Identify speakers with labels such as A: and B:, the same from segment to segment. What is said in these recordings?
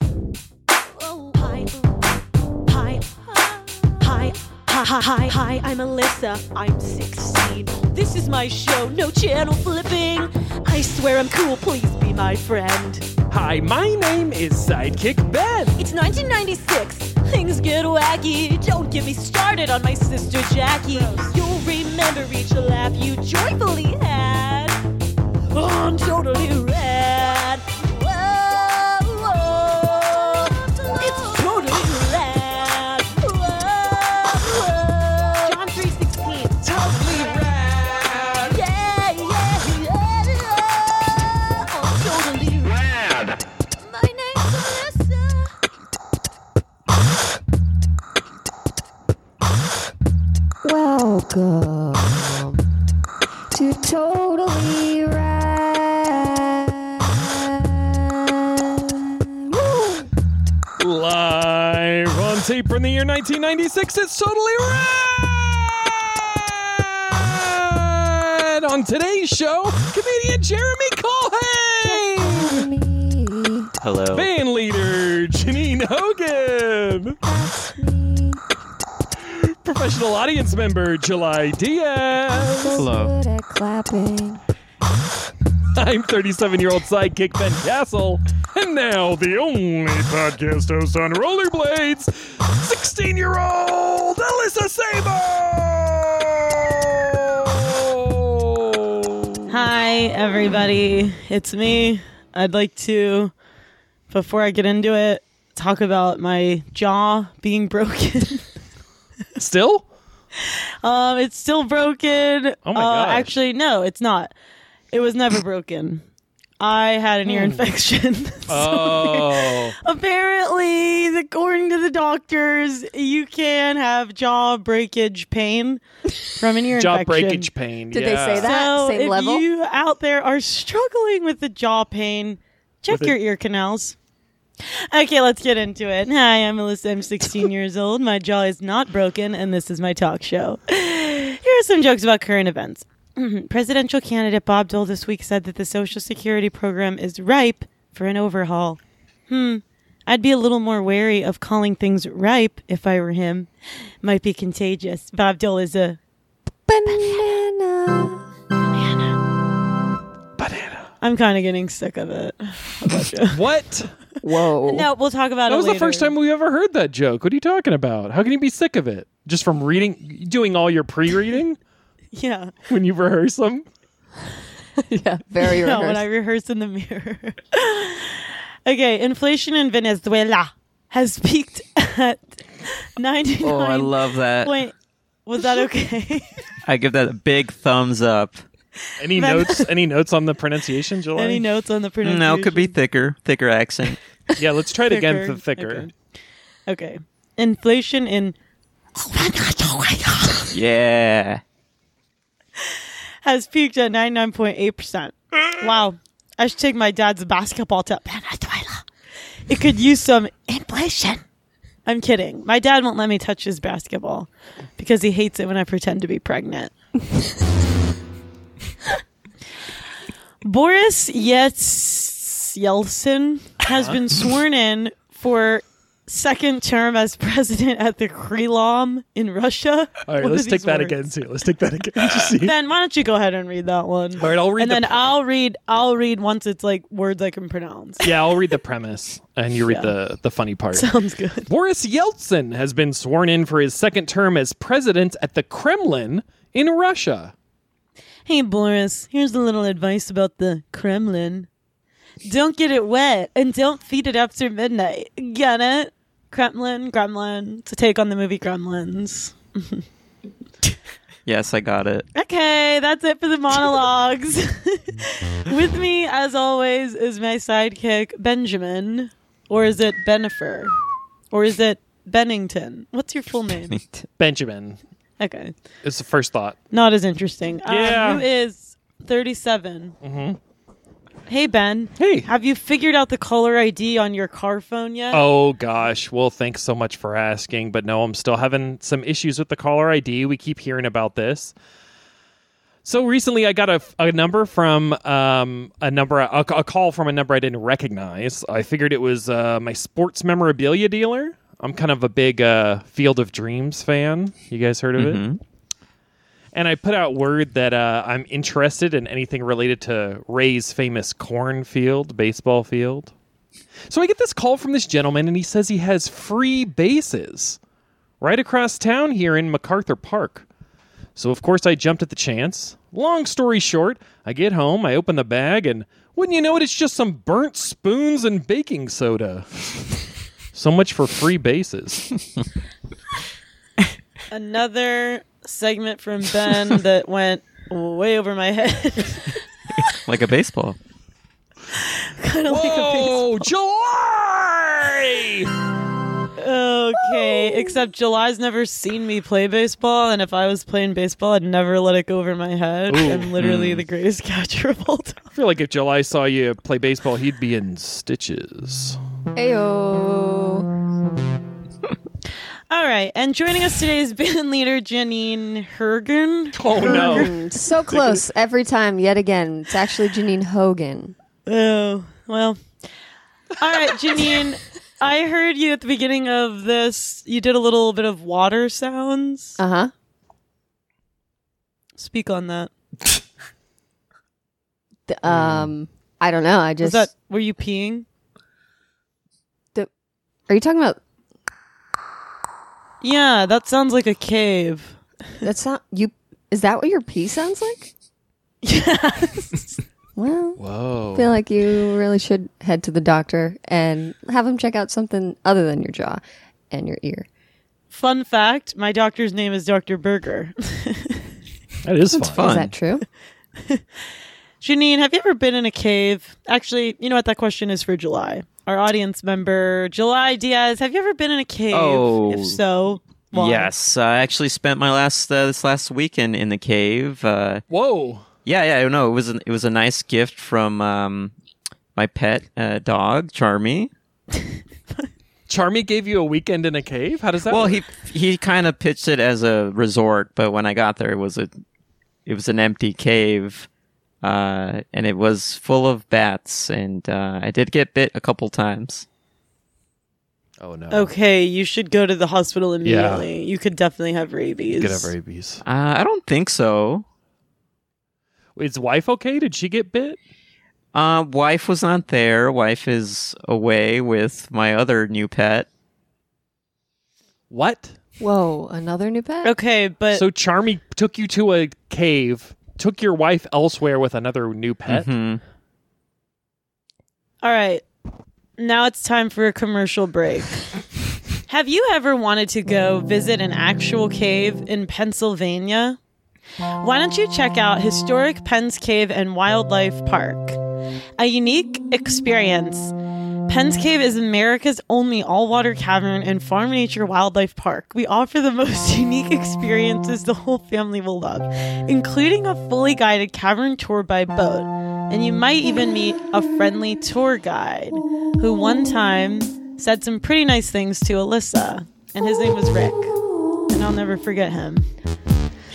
A: Oh, hi, hi, hi, I'm Alyssa. I'm 16. This is my show, no channel flipping. I swear I'm cool, please be my friend.
B: Hi, my name is Sidekick Ben.
A: It's 1996. Things get wacky. Don't get me started on my sister Jackie. You'll remember each laugh you joyfully had. I'm totally rad. Whoa, whoa. It's totally rad. Whoa, whoa. John 316.
B: Totally rad.
A: Yeah, yeah, yeah. I'm totally rad.
B: Rad.
A: My name's Alyssa.
C: Welcome to Totally Rad. Woo!
B: Live on tape from the year 1996, it's totally rad. On today's show, comedian Jeremy Colhane,
C: Me,
D: Hello.
B: band leader Janine Hogan,
C: that's me.
B: professional audience member July Diaz.
C: So
D: Hello.
C: good at clapping.
B: I'm 37 year old sidekick Ben Castle, and now the only podcast host on rollerblades, 16 year old Alyssa Sabo!
E: Hi, everybody. It's me. I'd like to, before I get into it, talk about my jaw being broken.
B: Still?
E: um, it's still broken.
B: Oh my
E: uh,
B: gosh.
E: Actually, no, it's not. It was never broken. I had an ear infection.
B: Hmm. Oh.
E: Apparently, according to the doctors, you can have jaw breakage pain from an ear
B: Jaw
E: infection.
B: breakage pain.
F: Did they
B: yeah.
F: say that?
E: So
F: same
E: if
F: level?
E: you out there are struggling with the jaw pain, check
B: With
E: your
B: it-
E: ear canals. Okay, let's get into it. Hi, I'm Alyssa. I'm 16 years old. My jaw is not broken, and this is my talk show. Here are some jokes about current events. Presidential candidate Bob Dole this week said that the Social Security program is ripe for an overhaul. Hmm, I'd be a little more wary of calling things ripe if I were him. Might be contagious. Bob Dole is a
C: Banana.
E: I'm kind of getting sick of it.
B: What?
F: Whoa.
E: No, we'll talk about it.
B: That was the
E: later.
B: first time we ever heard that joke. What are you talking about? How can you be sick of it? Just from reading, doing all your pre reading
E: Yeah,
B: when you rehearse them?
F: yeah, very
E: no,
F: rehearsed.
E: when I rehearse in the mirror. okay, inflation in Venezuela has peaked at ninety nine.
D: Oh, I love that.
E: Wait, was that okay?
D: I give that a big thumbs up.
B: Any
E: Man.
B: notes? Any notes on the pronunciation, July?
E: Any notes on the pronunciation?
D: No, it could be thicker, thicker accent.
B: Yeah, let's try it again
E: Thicker.
B: for thicker.
E: Okay. Okay, inflation in
D: Yeah.
E: has peaked at ninety nine point eight percent. Wow, I should take my dad's basketball to Venezuela. It could use some inflation. I'm kidding. My dad won't let me touch his basketball because he hates it when I pretend to be pregnant. Boris Yes Yeltsin has been sworn in for second term as president at the Kremlin in Russia.
B: All right,
E: What are
B: let's take
E: these
B: that
E: words?
B: again too. Let's take that again. Just see.
E: Ben, why don't you go ahead and read that one?
B: All right, I'll read
E: and
B: the
E: then
B: pre-
E: I'll read. I'll read once it's like words I can pronounce.
B: yeah, I'll read the premise and you read
E: Yeah.
B: the the funny part.
E: Sounds good.
B: Boris Yeltsin has been sworn in for his second term as president at the Kremlin in Russia.
E: Hey Boris, here's a little advice about the Kremlin. Don't get it wet and don't feed it after midnight. Get it? Kremlin, Gremlin. It's a take on the movie Gremlins.
D: Yes, I got it.
E: Okay, that's it for the monologues. With me, as always, is my sidekick, Benjamin. Or is it Benifer? Or is it Bennington? What's your full name?
B: Benjamin
E: Okay.
B: is the first thought.
E: Not as interesting. Um,
B: Yeah.
E: who is 37? Hey, Ben.
B: Mm-hmm. Hey.
E: Have you figured out the caller ID on your car phone yet?
B: Oh gosh. Well, thanks so much for asking, but no, I'm still having some issues with the caller ID. We keep hearing about this. So recently, I got a, a number from um, a number a, a call from a number I didn't recognize. I figured it was uh, my sports memorabilia dealer. I'm kind of a big uh, Field of Dreams fan. You guys heard of it? And I put out word that uh, I'm interested in anything related to Ray's famous cornfield, baseball field. So I get this call from this gentleman, and he says he has free bases right across town here in MacArthur Park. So, of course, I jumped at the chance. Long story short, I get home, I open the bag, and wouldn't you know it, it's just some burnt spoons and baking soda. so much for free bases.
E: Another segment from Ben that went way over my head.
D: Like a baseball.
E: kind of like a
B: Oh,
E: baseball.
B: July!
E: Okay, except July's never seen me play baseball, and if I was playing baseball, I'd never let it go over my head. I'm literally
B: Mm.
E: the greatest catcher of all time.
B: I feel like if July saw you play baseball, he'd be in stitches.
F: Ayo.
E: All right, and joining us today is band leader Janine Hergen.
B: Oh, no.
F: So close every time, yet again. It's actually Janine Hogan.
E: Oh, well. All right, Janine, I heard you at the beginning of this. You did a little bit of water sounds.
F: Uh huh.
E: Speak on that.
F: Um, I don't know. I
E: Was
F: just.
E: that were you peeing?
F: the, are you talking about
E: Yeah, that sounds like a cave.
F: that's not you? Is that what your pee sounds like?
E: Yes.
F: Well, I
B: Whoa.
F: feel like you really should head to the doctor and have him check out something other than your jaw and your ear.
E: Fun fact: My doctor's name is Doctor Berger.
B: That is fun.
D: fun.
F: Is that true?
E: Janine, have you ever been in a cave? Actually, you know what? That question is for July. Our audience member, July Diaz, have you ever been in a cave?
D: Oh.
E: If so, why?
D: Yes, I actually spent my last uh, this last weekend in the cave. Uh,
B: Whoa.
D: yeah, yeah, I don't know. It was an, it was a nice gift from um, my pet uh, dog Charmy.
B: Charmy gave you a weekend in a cave? How does that work?
D: Well, he he kind of pitched it as a resort, but when I got there, it was a it was an empty cave, uh, and it was full of bats, and uh, I did get bit a couple times.
B: Oh, no.
E: Okay, you should go to the hospital
B: Yeah.
E: immediately. You could definitely have rabies.
B: Get over rabies.
D: Uh, I don't think so.
B: Is wife okay? Did she get bit?
D: Uh, wife was not there. Wife is away with my other new pet.
B: What?
F: Whoa, another new pet?
E: Okay, but
B: so Charmy took you to a cave, took your wife elsewhere with another new pet.
D: Mhm.
E: all right. Now it's time for a commercial break. have you ever wanted to go visit an actual cave in Pennsylvania? Why don't you check out historic Penn's Cave and Wildlife Park? A unique experience. Penn's Cave is America's only all water cavern and farm nature wildlife park. We offer the most unique experiences the whole family will love, including a fully guided cavern tour by boat. And you might even meet a friendly tour guide who one time said some pretty nice things to Alyssa. And his name was Rick. And I'll never forget him.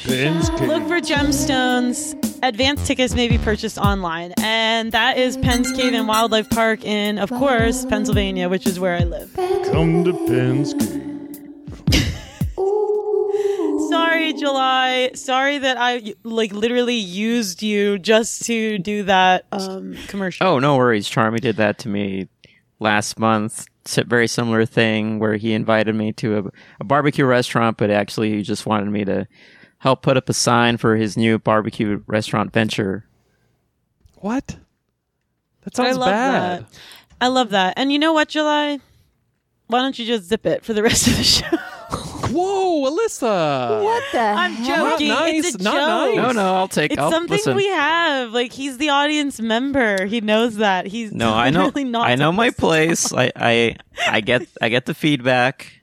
E: Look for gemstones. Advanced tickets may be purchased online. And that is Penn's Cave and Wildlife Park in, of course, Pennsylvania, which is where I live.
B: Come to Penske.
E: Sorry, July. Sorry that I, like, literally used you just to do that um, commercial.
D: Oh, no worries. Charmy did that to me last month. It's a very similar thing where he invited me to a, a barbecue restaurant, but actually he just wanted me to help put up a sign for his new barbecue restaurant venture.
B: What? That sounds
E: love
B: bad.
E: that. I love that. And you know what, July? Why don't you just zip it for the rest of the show?
B: Whoa, Alyssa.
F: What the
E: I'm
F: heck?
E: joking.
B: nice,
E: It's a
B: not
E: joke.
B: nice.
D: No, no, I'll take.
E: It's
D: I'll,
E: something
D: listen.
E: we have. Like he's the audience member. He knows that. He's
D: No, I know.
E: Really not
D: I know my
E: supposed to-
D: place. I, I, I get, I get the feedback.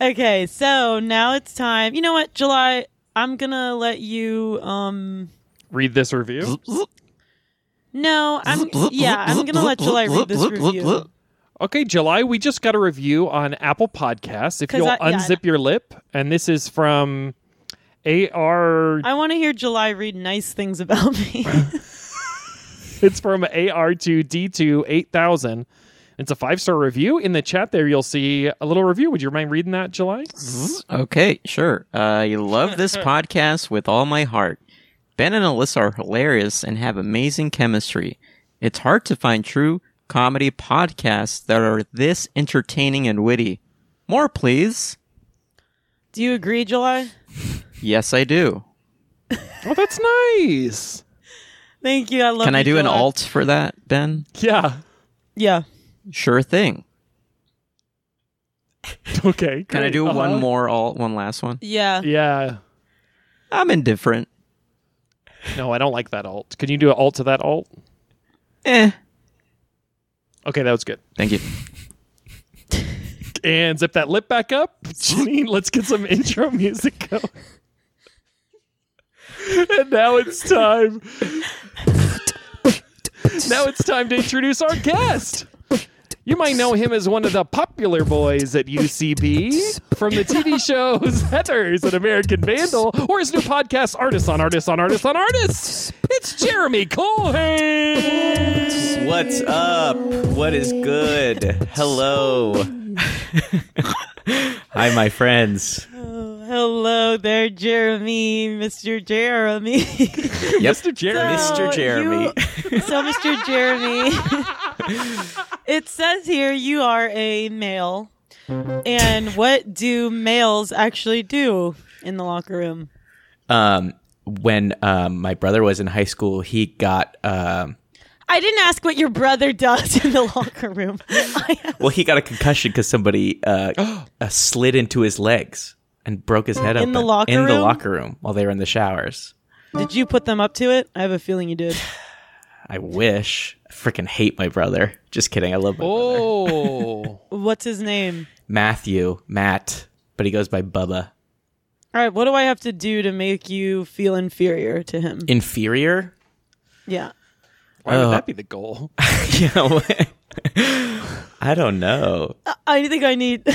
E: Okay, so now it's time. You know what, July? I'm gonna let you. Um,
B: Read this review.
E: no, I'm. Yeah, I'm gonna let July read this review.
B: Okay, July, we just got a review on Apple Podcasts. If
E: 'Cause
B: you'll
E: I- yeah, I
B: unzip your lip, and this is from AR
E: I want to hear July read nice things about me.
B: It's from AR2D2 8000. It's a five star review. In the chat there, you'll see a little review. Would you mind reading that, July?
D: Okay, sure. I love this podcast with all my heart. Ben and Alyssa are hilarious and have amazing chemistry. It's hard to find true comedy podcasts that are this entertaining and witty. More, please.
E: Do you agree, July?
D: Yes, I do.
B: Oh, that's nice.
E: Thank you. I love.
D: Can I
E: you,
D: do an
E: July.
D: alt for that, Ben?
B: Yeah.
E: Yeah.
D: Sure thing.
B: Okay.
D: Can I
B: great.
D: do
B: Uh-huh.
D: one more alt, one last one?
E: Yeah.
B: Yeah.
D: I'm indifferent.
B: No, I don't like that alt. Can you do an alt to that alt?
D: Eh.
B: Okay, that was good.
D: Thank you.
B: And zip that lip back up. Janine, let's get some intro music going. and now it's time. now it's time to introduce our guest. You might know him as one of the popular boys at UCB from the TV shows Heathers and American Vandal, or his new podcast, Artists on Artists on Artists on Artists. It's Jeremy Colhane.
G: What's up? What is good? Hello. Hi, my friends.
E: Oh, hello there, Jeremy, Mr. Jeremy.
G: Yep.
B: Mr. Jeremy.
E: So
G: Mr. Jeremy.
E: you- so, Mr. Jeremy, it says here you are a male. And what do males actually do in the locker room?
G: Um, when um, my brother was in high school, he got um,
E: I didn't ask what your brother does in the locker room. I-
G: well, he got a concussion because somebody uh, uh, slid into his legs and broke his head
E: In
G: up
E: the locker
G: in the
E: room?
G: locker room while they were in the showers.
E: did you put them up to it? I have a feeling you did.
G: I wish. I freaking hate my brother. Just kidding. I love my brother.
B: Oh.
E: What's his name?
G: Matthew, Matt, but he goes by Bubba.
E: All right, what do I have to do to make you feel inferior to him?
G: Inferior?
E: yeah.
B: Why would
G: Oh.
B: that be the goal?
G: you know, I don't know.
E: I think I need.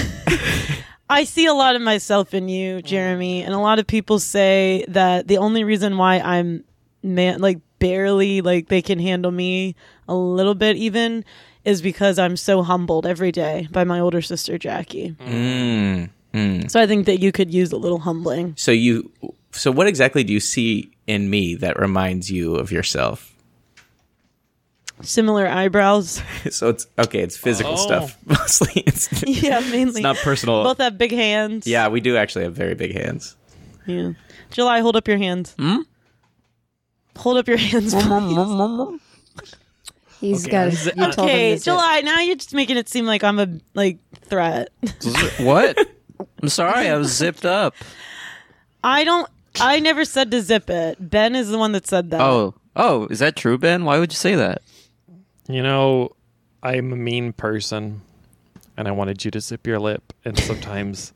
E: I see a lot of myself in you, Jeremy, and a lot of people say that the only reason why I'm man, like barely, like they can handle me a little bit even, is because I'm so humbled every day by my older sister Jackie.
G: Mm.
E: So I think that you could use a little humbling.
G: So you, so what exactly do you see in me that reminds you of yourself?
E: Similar eyebrows,
G: So it's okay. It's physical stuff mostly. It's, it's
E: Oh. yeah, mainly.
G: not personal.
E: Both have big hands.
G: yeah, we do actually have very big hands.
E: Yeah. July, hold up your hands. Hold up your hands. please.
F: He's got.
B: is
F: You
B: it-
F: told him
E: Okay,
F: to zip.
E: July. Now you're just making it seem like I'm a like threat.
D: what? I'm sorry, I was zipped up.
E: I don't. I never said to zip it. Ben is the one that said that.
D: Oh, oh, is that true, Ben? Why would you say that?
B: You know, I'm a mean person, and I wanted you to zip your lip. And sometimes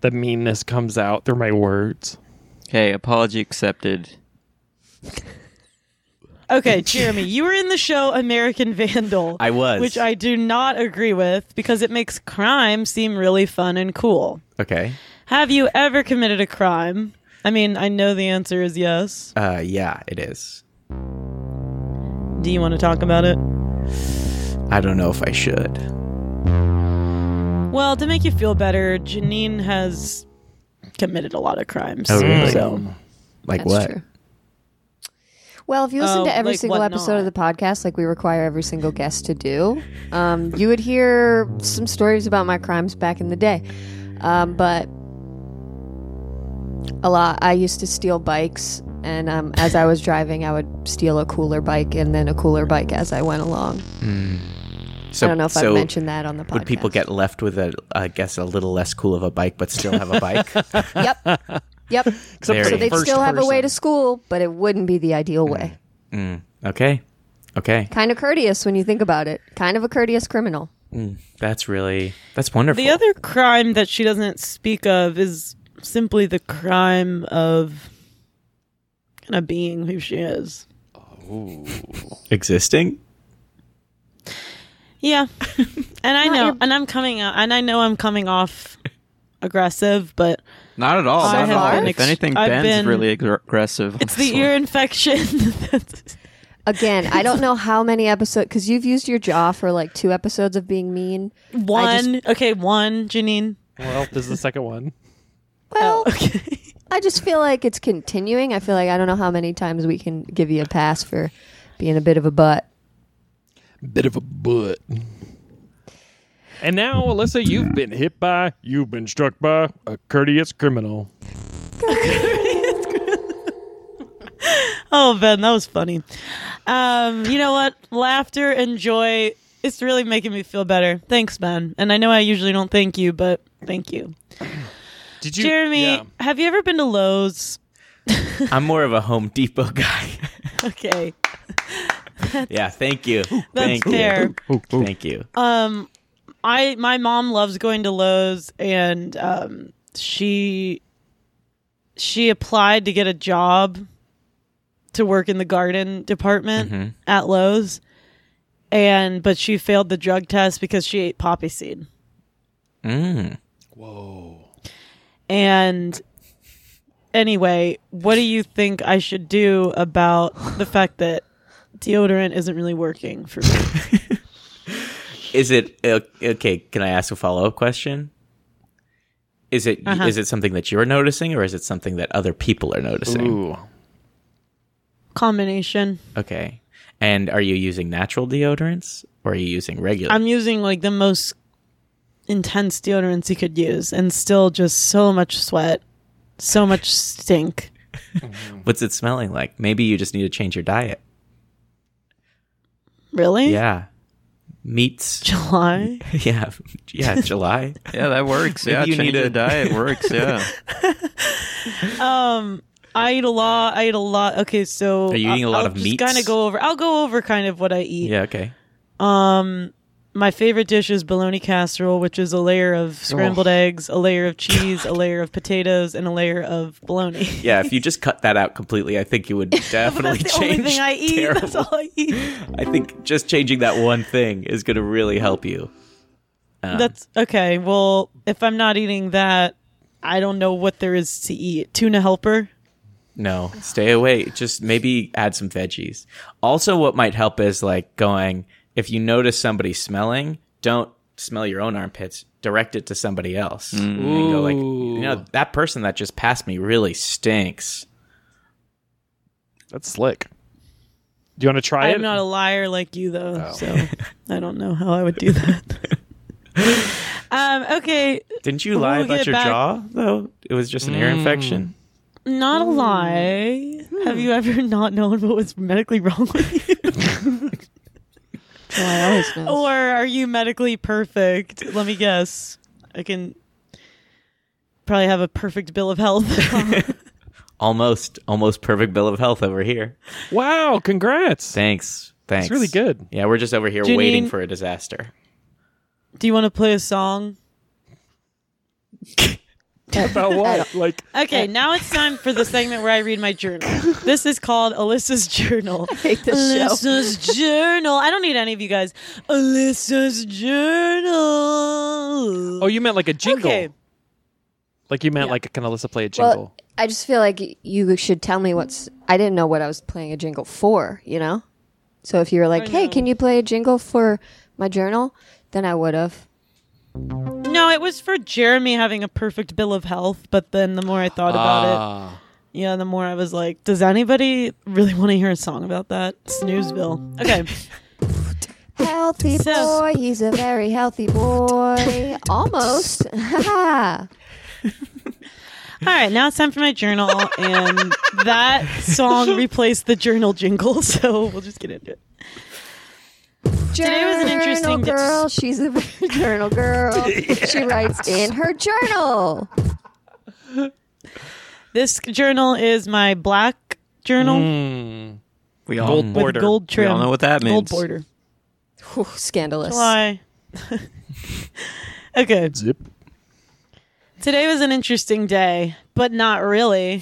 B: the meanness comes out through my words.
D: Okay, apology accepted.
E: Okay, Jeremy, you were in the show American Vandal.
G: I was.
E: which I do not agree with because it makes crime seem really fun and cool.
G: Okay.
E: Have you ever committed a crime? I mean, I know the answer is yes.
G: Uh, yeah, it is.
E: Do you want to talk about it?
G: I don't know if I should.
E: Well, to make you feel better, Janine has committed a lot of crimes.
G: Oh, really?
E: So
G: Like
F: That's
G: what?
F: true. Well, if you listen
E: Oh,
F: to every
E: like
F: single
E: what
F: episode of
E: not?
F: the podcast, like we require every single guest to do, um, you would hear some stories about my crimes back in the day. Um, but a lot, I used to steal bikes, and um, as I was driving, I would steal a cooler bike and then a cooler bike as I went along.
G: So
F: I don't know if
G: so
F: I mentioned that on the podcast.
G: Would people get left with a, I guess, a little less cool of a bike, but still have a bike?
F: Yep. Yep.
B: Except
G: Very
F: so they'd
B: first
F: still have a
B: person.
F: way to
B: Hmm.
F: school, but it wouldn't be the ideal way.
G: okay. Okay.
F: Kind of courteous when you think about it. Kind of a courteous criminal.
G: That's really that's wonderful.
E: The other crime that she doesn't speak of is simply the crime of kind of being who she is.
G: existing.
E: Yeah. and I
F: Not
E: know
F: your-
E: and I'm coming out and I know I'm coming off aggressive, but
D: Not at all.
E: I
D: not at
E: have
D: all.
E: been
D: If anything,
E: I've
D: Ben's
E: been-
D: really aggr- aggressive.
E: it's the ear infection.
F: Again, I don't know how many episodes because you've used your jaw for like two episodes of being mean.
E: One. okay, one, Janine.
B: Well, this is the second one.
F: Well,
E: Okay.
F: I just feel like it's continuing. I feel like I don't know how many times we can give you a pass for being a bit of a butt.
B: Bit of a butt. And now, Alyssa, you've been hit by, you've been struck by a courteous criminal.
E: Oh, Ben, that was funny. Um, you know what? Laughter and joy. It's really making me feel better. Thanks, Ben. And I know I usually don't thank you, but thank you.
B: Did you,
E: Jeremy,
B: Yeah.
E: have you ever been to Lowe's?
G: I'm more of a Home Depot guy.
E: Okay,
G: yeah, thank you.
E: that's
G: thank
E: fair.
G: you. Thank you.
E: Um, I my mom loves going to Lowe's, and um, she she applied to get a job to work in the garden department at Lowe's, and but she failed the drug test because she ate poppy seed,
G: Mm.
E: and. Anyway, what do you think I should do about the fact that deodorant isn't really working for me?
G: Is it uh, okay? Can I ask a follow up question? Is it is
E: Uh-huh.
G: it something that you're noticing, or is it something that other people are noticing?
B: Ooh.
E: Combination.
G: Okay. And are you using natural deodorants, or are you using regular?
E: I'm using like the most intense deodorants you could use and still just so much sweat, so much stink.
G: What's it smelling like? Maybe you just need to change your diet.
E: Really?
G: Yeah, meats.
E: July?
G: yeah, yeah. July.
D: Yeah, that works.
G: Maybe
D: yeah,
G: you
D: change
G: need
D: the
G: a-
D: diet works. Yeah.
E: Um I eat a lot. I eat a lot. Okay, so
G: Are you eating a
E: I'll-
G: lot
E: I'll
G: of
E: just
G: meats?
E: Kind of go over. I'll go over kind of what I eat.
G: Yeah. Okay.
E: Um, my favorite dish is bologna casserole, which is a layer of
G: Oh.
E: scrambled eggs, a layer of cheese, a layer of potatoes, and a layer of bologna.
G: Yeah. If you just cut that out completely, I think you would
E: but
G: definitely
E: that's the
G: change.
E: only thing I eat. That's
G: terrible-
E: all I eat.
G: I think just changing that one thing is going to really help you.
E: That's okay. Well, if I'm not eating that, I don't know what there is to eat. Tuna helper.
G: No, stay away. Just maybe add some veggies. Also, what might help is like going, if you notice somebody smelling, don't smell your own armpits, direct it to somebody else. And go like, you know, that person that just passed me really stinks.
B: That's slick. Do you want to try it?
E: I'm not a liar like you though, so I don't know how I would do that. um, okay,
G: Didn't you lie
E: We'll
G: about
E: get
G: your
E: back- Mm.
G: jaw, though? It was just an ear infection.
E: not a lie. Have you ever not known what was medically wrong with you?
F: So I always know.
E: or are you medically perfect? Let me guess. I can probably have a perfect bill of health.
G: Almost, almost perfect bill of health over here.
B: wow, congrats.
G: Thanks. Thanks.
B: really good.
G: Yeah, we're just over here
E: Janine-
G: waiting for a disaster.
E: do you want to play a song?
B: About what? Like,
E: Okay, now it's time for the segment where I read my journal. This is called Alyssa's Journal.
F: hate this show.
E: Alyssa's Journal. I don't need any of you guys. Alyssa's Journal.
B: oh, you meant like a jingle.
E: Okay.
B: Like you meant like, can Alyssa play a jingle?
F: Well, I just feel like you should tell me what's. I didn't know what I was playing a jingle for. You know, so if you were like, "Hey, can you play a jingle for my journal?" Then I would have.
E: No, it was for Jeremy having a perfect bill of health, but then the more I thought about it, yeah, the more I was like, does anybody really want to hear a song about that? Snooze bill. Okay.
F: Healthy
E: So-
F: boy, he's a very healthy boy. Almost. Ha.
E: All right, now it's time for my journal, and that song replaced the journal jingle, so we'll just get into it. Today was an interesting day.
F: journal girl. She's a journal girl. She writes in her journal.
E: This journal is my black journal
D: We all
B: Gold
E: with
B: border.
E: gold
D: Mm, We
E: trim.
D: all know what that means.
E: gold border.
F: Whew, scandalous.
E: Why? okay.
B: Zip.
E: Today was an interesting day, but not really.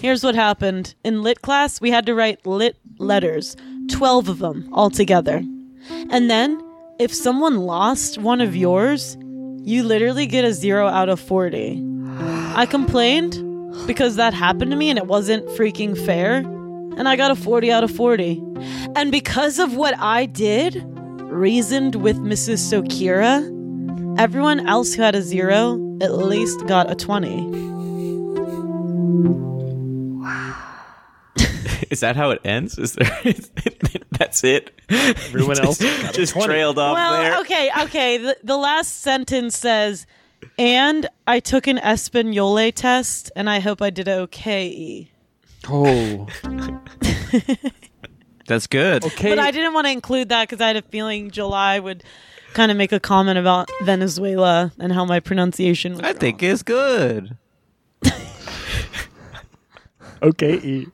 E: Here's what happened. In lit class, we had to write lit letters, 12 of them altogether. And then, if someone lost one of yours, you literally get a 0 out of 40. I complained because that happened to me and it wasn't freaking fair. and I got a 40 out of 40. And because of what I did, reasoned with Mrs. Sokira, everyone else who had a zero at least got a 20.
G: Is that how it ends? Is there? that's it.
B: Everyone else got a
G: just, just
B: 20.
G: trailed off
E: well,
G: there.
E: okay, okay. The, the last sentence says, and I took an Espanole test, and I hope I did okay.
B: Oh,
D: That's good.
B: okay.
E: But I didn't want to include that because I had a feeling July would kind of make a comment about Venezuela and how my pronunciation was.
D: I think it's good.
B: okay. E.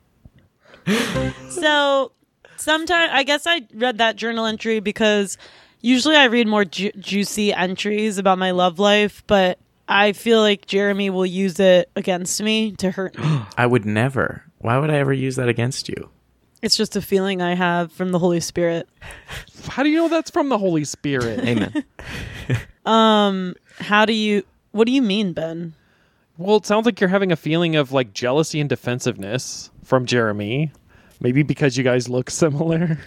E: so sometimes i guess i read that journal entry because usually i read more ju- juicy entries about my love life but i feel like jeremy will use it against me to hurt me
G: I would never. Why would I ever use that against you?
E: it's just a feeling i have from the holy spirit
B: How do you know that's from the Holy Spirit?
D: Amen.
E: how do you what do you mean ben
B: Well, it sounds like you're having a feeling of like jealousy and defensiveness from Jeremy. Maybe because you guys look similar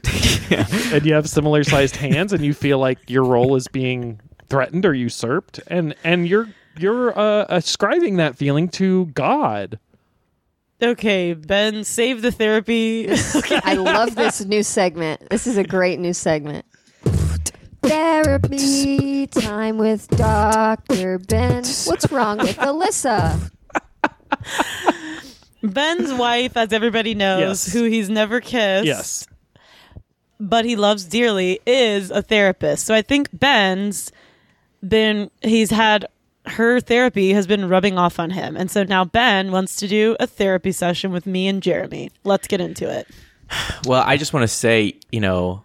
B: and you have similar sized hands and you feel like your role is being threatened or usurped and and you're you're uh, ascribing that feeling to God.
E: okay ben save the therapy okay
F: I love this new segment. This is a great new segment.
C: Therapy time with Dr. Ben.
F: What's wrong with Alyssa?
E: ben's wife as everybody knows
B: Yes.
E: who he's never kissed
B: Yes.
E: but he loves dearly is a therapist. So I think Ben's been he's had her therapy has been rubbing off on him. And so now Ben wants to do a therapy session with me and Jeremy. Let's get into it.
G: Well, I just want to say, you know,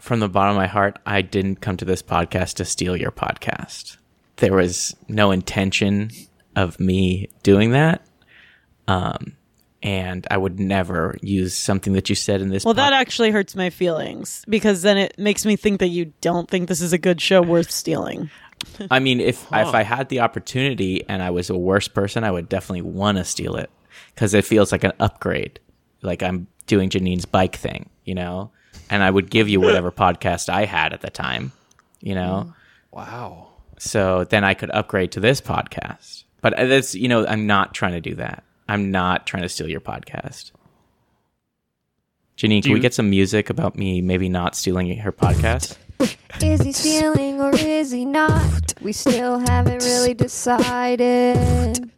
G: from the bottom of my heart, I didn't come to this podcast to steal your podcast. There was no intention of me doing that. Um, and I would never use something that you said in this.
E: Well, that
G: pod-
E: actually hurts my feelings because then it makes me think that you don't think this is a good show worth stealing.
G: I mean, if if I had the opportunity and I was a worse person, I would definitely want to steal it because it feels like an upgrade. Like I'm doing Janine's bike thing, you know. And I would give you whatever podcast I had at the time, you know.
B: Mm. Wow.
G: So then I could upgrade to this podcast. But that's you know, I'm not trying to do that. I'm not trying to steal your podcast. Janine, can we
B: you-
G: get some music about me maybe not stealing her podcast?
C: Is he stealing or is he not?
F: We still haven't really decided.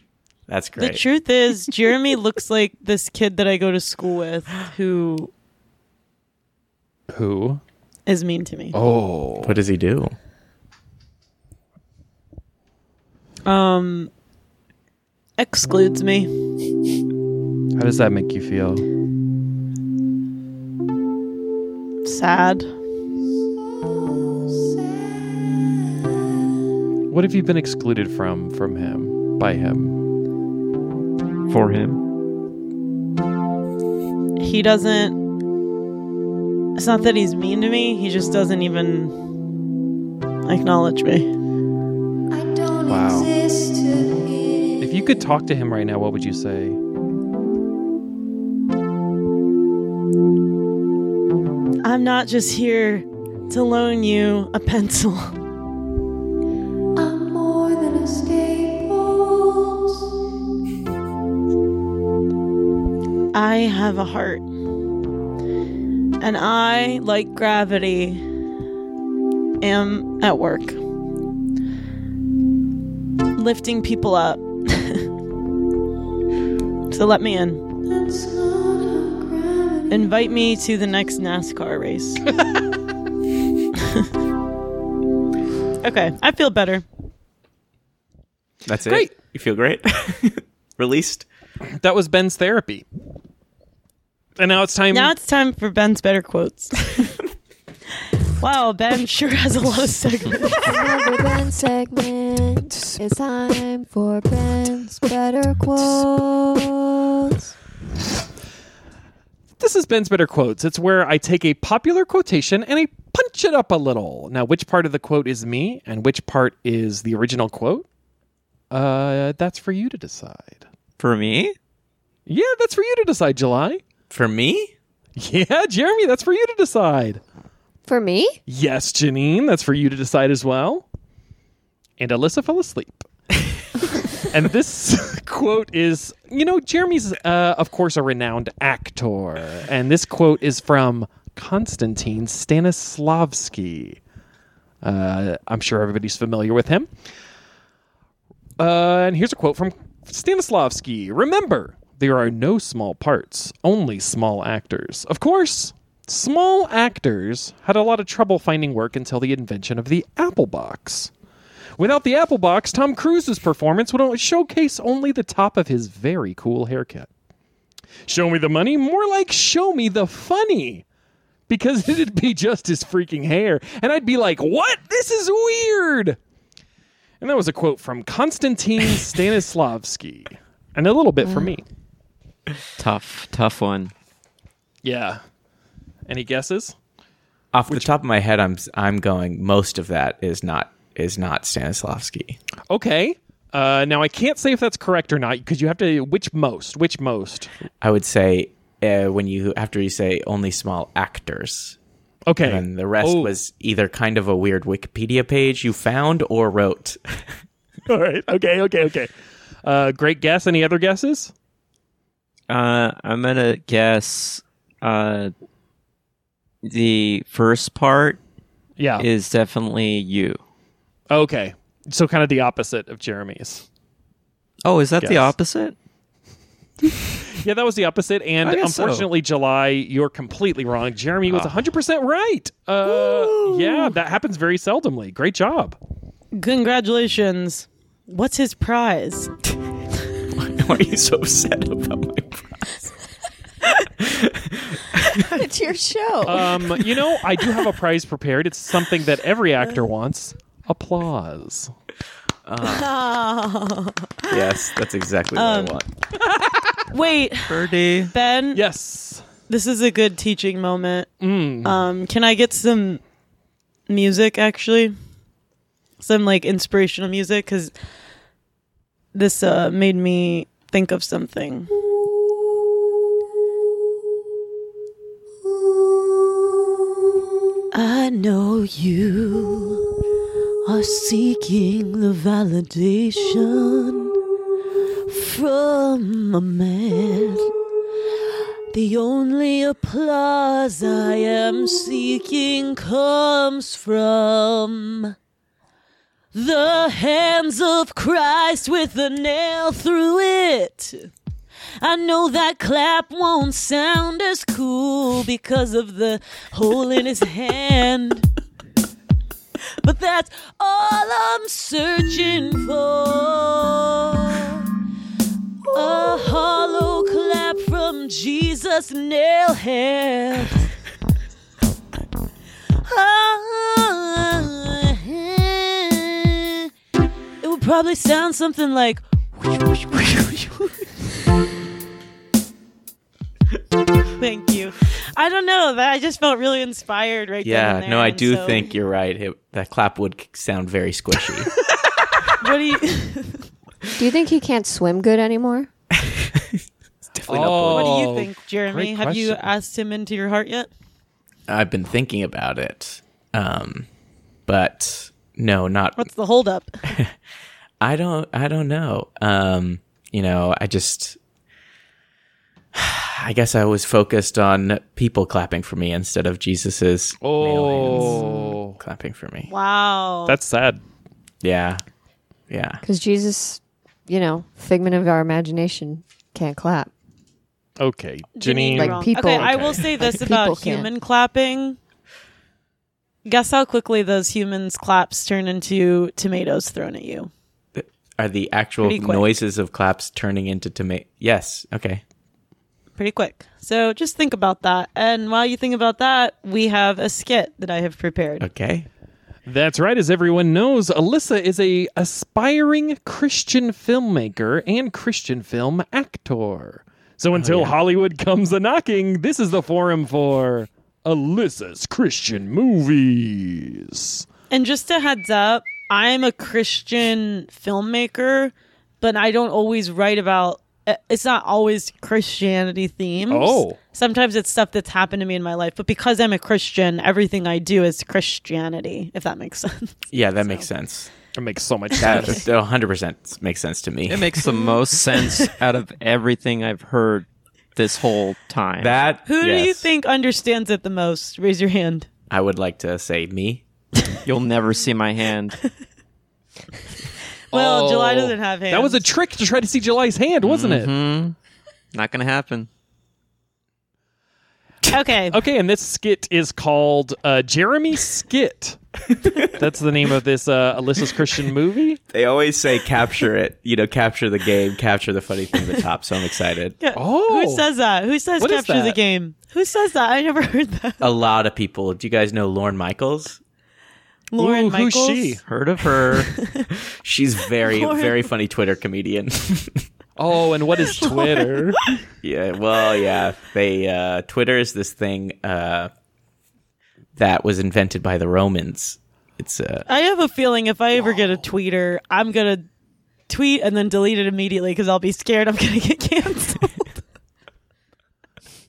G: That's great.
E: The truth is, Jeremy looks like this kid that I go to school with who
B: Who?
E: is mean to me.
B: Oh.
G: what does he do?
E: Um excludes me.
B: How does that make you feel?
E: sad.
B: What have you been excluded from from him by him?
D: For him.
E: He doesn't. It's not that he's mean to me, he just doesn't even acknowledge me.
C: I don't
B: Wow.
C: exist to him.
B: If you could talk to him right now, what would you say?
E: I'm not just here to loan you a pencil.
C: I'm more than a staples.
E: I have a heart. And I, like gravity, am at work. Lifting people up. so let me in. Invite me to the next NASCAR race. okay, I feel better.
G: That's
B: Great.
G: it. You feel great? Released?
B: That was Ben's therapy. And now it's time
E: Now it's time for Ben's better quotes. wow, Ben sure has a lot of segments.
C: Another Ben segment. It's time for Ben's better quotes.
B: This is Ben's Better Quotes. It's where I take a popular quotation and I punch it up a little. Now, which part of the quote is me and which part is the original quote? Uh, that's for you to decide.
D: For me?
B: Yeah, that's for you to decide, July.
G: For me?
B: Yeah, Jeremy, that's for you to decide.
F: For me?
B: Yes, Janine, that's for you to decide as well. And Alyssa fell asleep. and this quote is, you know, Jeremy's, uh, of course, a renowned actor. And this quote is from Konstantin Stanislavski. Uh, I'm sure everybody's familiar with him. Uh, and here's a quote from Stanislavski Remember, there are no small parts, only small actors. Of course, small actors had a lot of trouble finding work until the invention of the Apple box. Without the Apple box, Tom Cruise's performance would showcase only the top of his very cool haircut. Show me the money, more like show me the funny. Because it'd be just his freaking hair. And I'd be like, what? This is weird. And that was a quote from Konstantin Stanislavski. And a little bit for me.
D: Tough, tough one.
B: Yeah. Any guesses?
G: Off the top of my head, I'm I'm going. Most of that is not is not Stanislavski.
B: Okay. Uh, now I can't say if that's correct or not because you have to which most, which most.
G: I would say uh, when you after you say only small actors,
B: Okay.
G: and the rest
B: Oh,
G: was either kind of a weird Wikipedia page you found or wrote.
B: all right. Okay. Okay. Okay. Uh, great guess. Any other guesses?
D: Uh, I'm gonna guess uh, the first part
B: Yeah.
D: is definitely you.
B: okay. So kind of the opposite of Jeremy's.
D: Oh, is that the
B: Yes.
D: opposite?
B: Yeah, that was the opposite. And
D: I guess so.
B: unfortunately, July, you're completely wrong. Jeremy was 100% right. Uh, yeah, that happens very seldomly. Great job.
E: Congratulations. What's his prize?
G: Why are you so upset about my?
F: It's your show.
B: Um, you know, I do have a prize prepared. It's something that every actor
E: Uh.
B: wants applause.
G: Yes, that's exactly what
E: Um,
G: I want.
E: Wait,
D: Birdie.
E: Ben,
B: Yes.
E: this is a good teaching moment. Um, can I get some music, actually? Some like inspirational music? Because this uh, made me think of something. I know you are seeking the validation from a man. The only applause I am seeking comes from the hands of Christ with the nail through it. I know that clap won't sound as cool because of the hole in his hand. But that's all I'm searching for. A hollow clap from Jesus Nailhead. it would probably sound something like. Thank you. I don't know. That I just felt really inspired right then
G: Yeah,
E: and there,
G: no, I
E: and
G: do
E: so-
G: think you're right. It, that clap would k- sound very squishy.
E: What do you?
F: Do you think he can't swim good anymore?
G: Definitely not bullying.
E: What do
B: Oh,
E: you think, Jeremy?
B: great
E: Have you
B: question.
E: asked him into your heart yet?
G: I've been thinking about it, um, but no, not.
E: What's the holdup?
G: I don't. I don't know. Um, you know, I just. I guess I was focused on people clapping for me instead of Jesus's
B: Oh.
G: clapping for me.
E: Wow.
B: That's sad.
G: Yeah, yeah.
F: Because Jesus, you know, figment of our imagination, can't clap.
B: Okay.
E: Janine,
B: Janine.
E: you're
F: Like
E: wrong.
F: people-
E: Okay, I
F: Okay.
E: will say this
F: Like people
E: about
F: can't.
E: human clapping. Guess how quickly those humans' claps turn into tomatoes thrown at you.
G: Are the actual
E: Pretty quick.
G: noises of claps turning into tomato? Yes. Okay.
E: Pretty quick. So just think about that. And while you think about that, we have a skit that I have prepared.
G: Okay.
B: That's right. As everyone knows, Alyssa is a aspiring Christian filmmaker and Christian film actor. So until Hollywood comes a knocking, this is the forum for Alyssa's Christian movies.
E: And just a heads up, I'm a Christian filmmaker, eh, but I don't always write about. It's not always Christianity themes.
B: Oh.
E: Sometimes it's stuff that's happened to me in my life, but because I'm a Christian, everything I do is Christianity, if that makes sense.
G: Yeah, that makes sense.
B: It makes so much
G: That
B: sense.
G: 100% makes sense to me.
D: It makes the most sense out of everything I've heard this whole time.
G: That
E: Who do you
G: yes.
E: think understands it the most? Raise your hand.
G: I would like to say me.
D: You'll never see my hand.
E: Well,
B: Oh.
E: July doesn't have hands.
B: That was a trick to try to see July's hand, wasn't it?
D: Not going to happen.
E: okay.
B: Okay, and this skit is called uh, Jeremy Skit. That's the name of this uh, Alyssa's Christian movie.
G: They always say capture it, you know, capture the game, capture the funny thing at the top. So I'm excited.
B: Oh,
E: Who says that? Who says
B: What is
E: capture the
B: that?
E: game? Who says that? I never heard that.
G: A lot of people. Do you guys know Lauren Michaels?
E: Lauren
B: Ooh, who's
E: Michaels.
B: she?
D: Heard of her.
G: She's very,
E: Lauren-
G: very funny Twitter comedian.
B: Oh, and what is Twitter?
G: yeah, well, yeah. They uh, Twitter is this thing uh, that was invented by the Romans. It's uh,
E: I have a feeling if I ever get a tweeter, I'm gonna tweet and then delete it immediately because I'll be scared I'm gonna get canceled.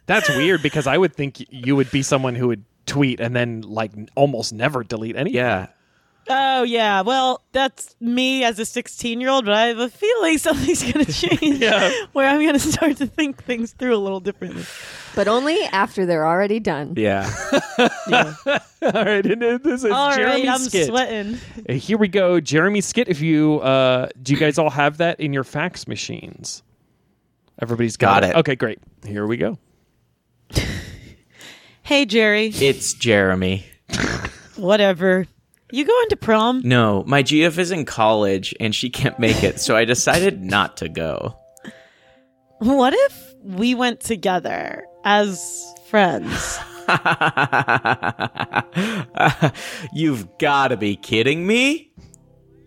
B: That's weird because I would think you would be someone who would tweet and then like n- almost never delete any.
G: yeah.
E: oh yeah, well that's me as a 16 year old, but I have a feeling something's gonna change where I'm gonna start to think things through a little differently.
F: but only after they're already done.
G: Yeah.
B: All right, and uh, this is
E: All
B: Jeremy
E: right, I'm
B: Skit.
E: sweating.
B: Uh, Here we go, Jeremy Skit. If you uh, do, you guys all have that in your fax machines. Everybody's got,
G: Got it.
B: Okay, great. Here we go.
E: Hey Jerry,
G: It's Jeremy.
E: whatever. You going to prom?
G: No, my GF is in college and she can't make it, so I decided not to go.
E: What if we went together as friends?
G: You've got to be kidding me?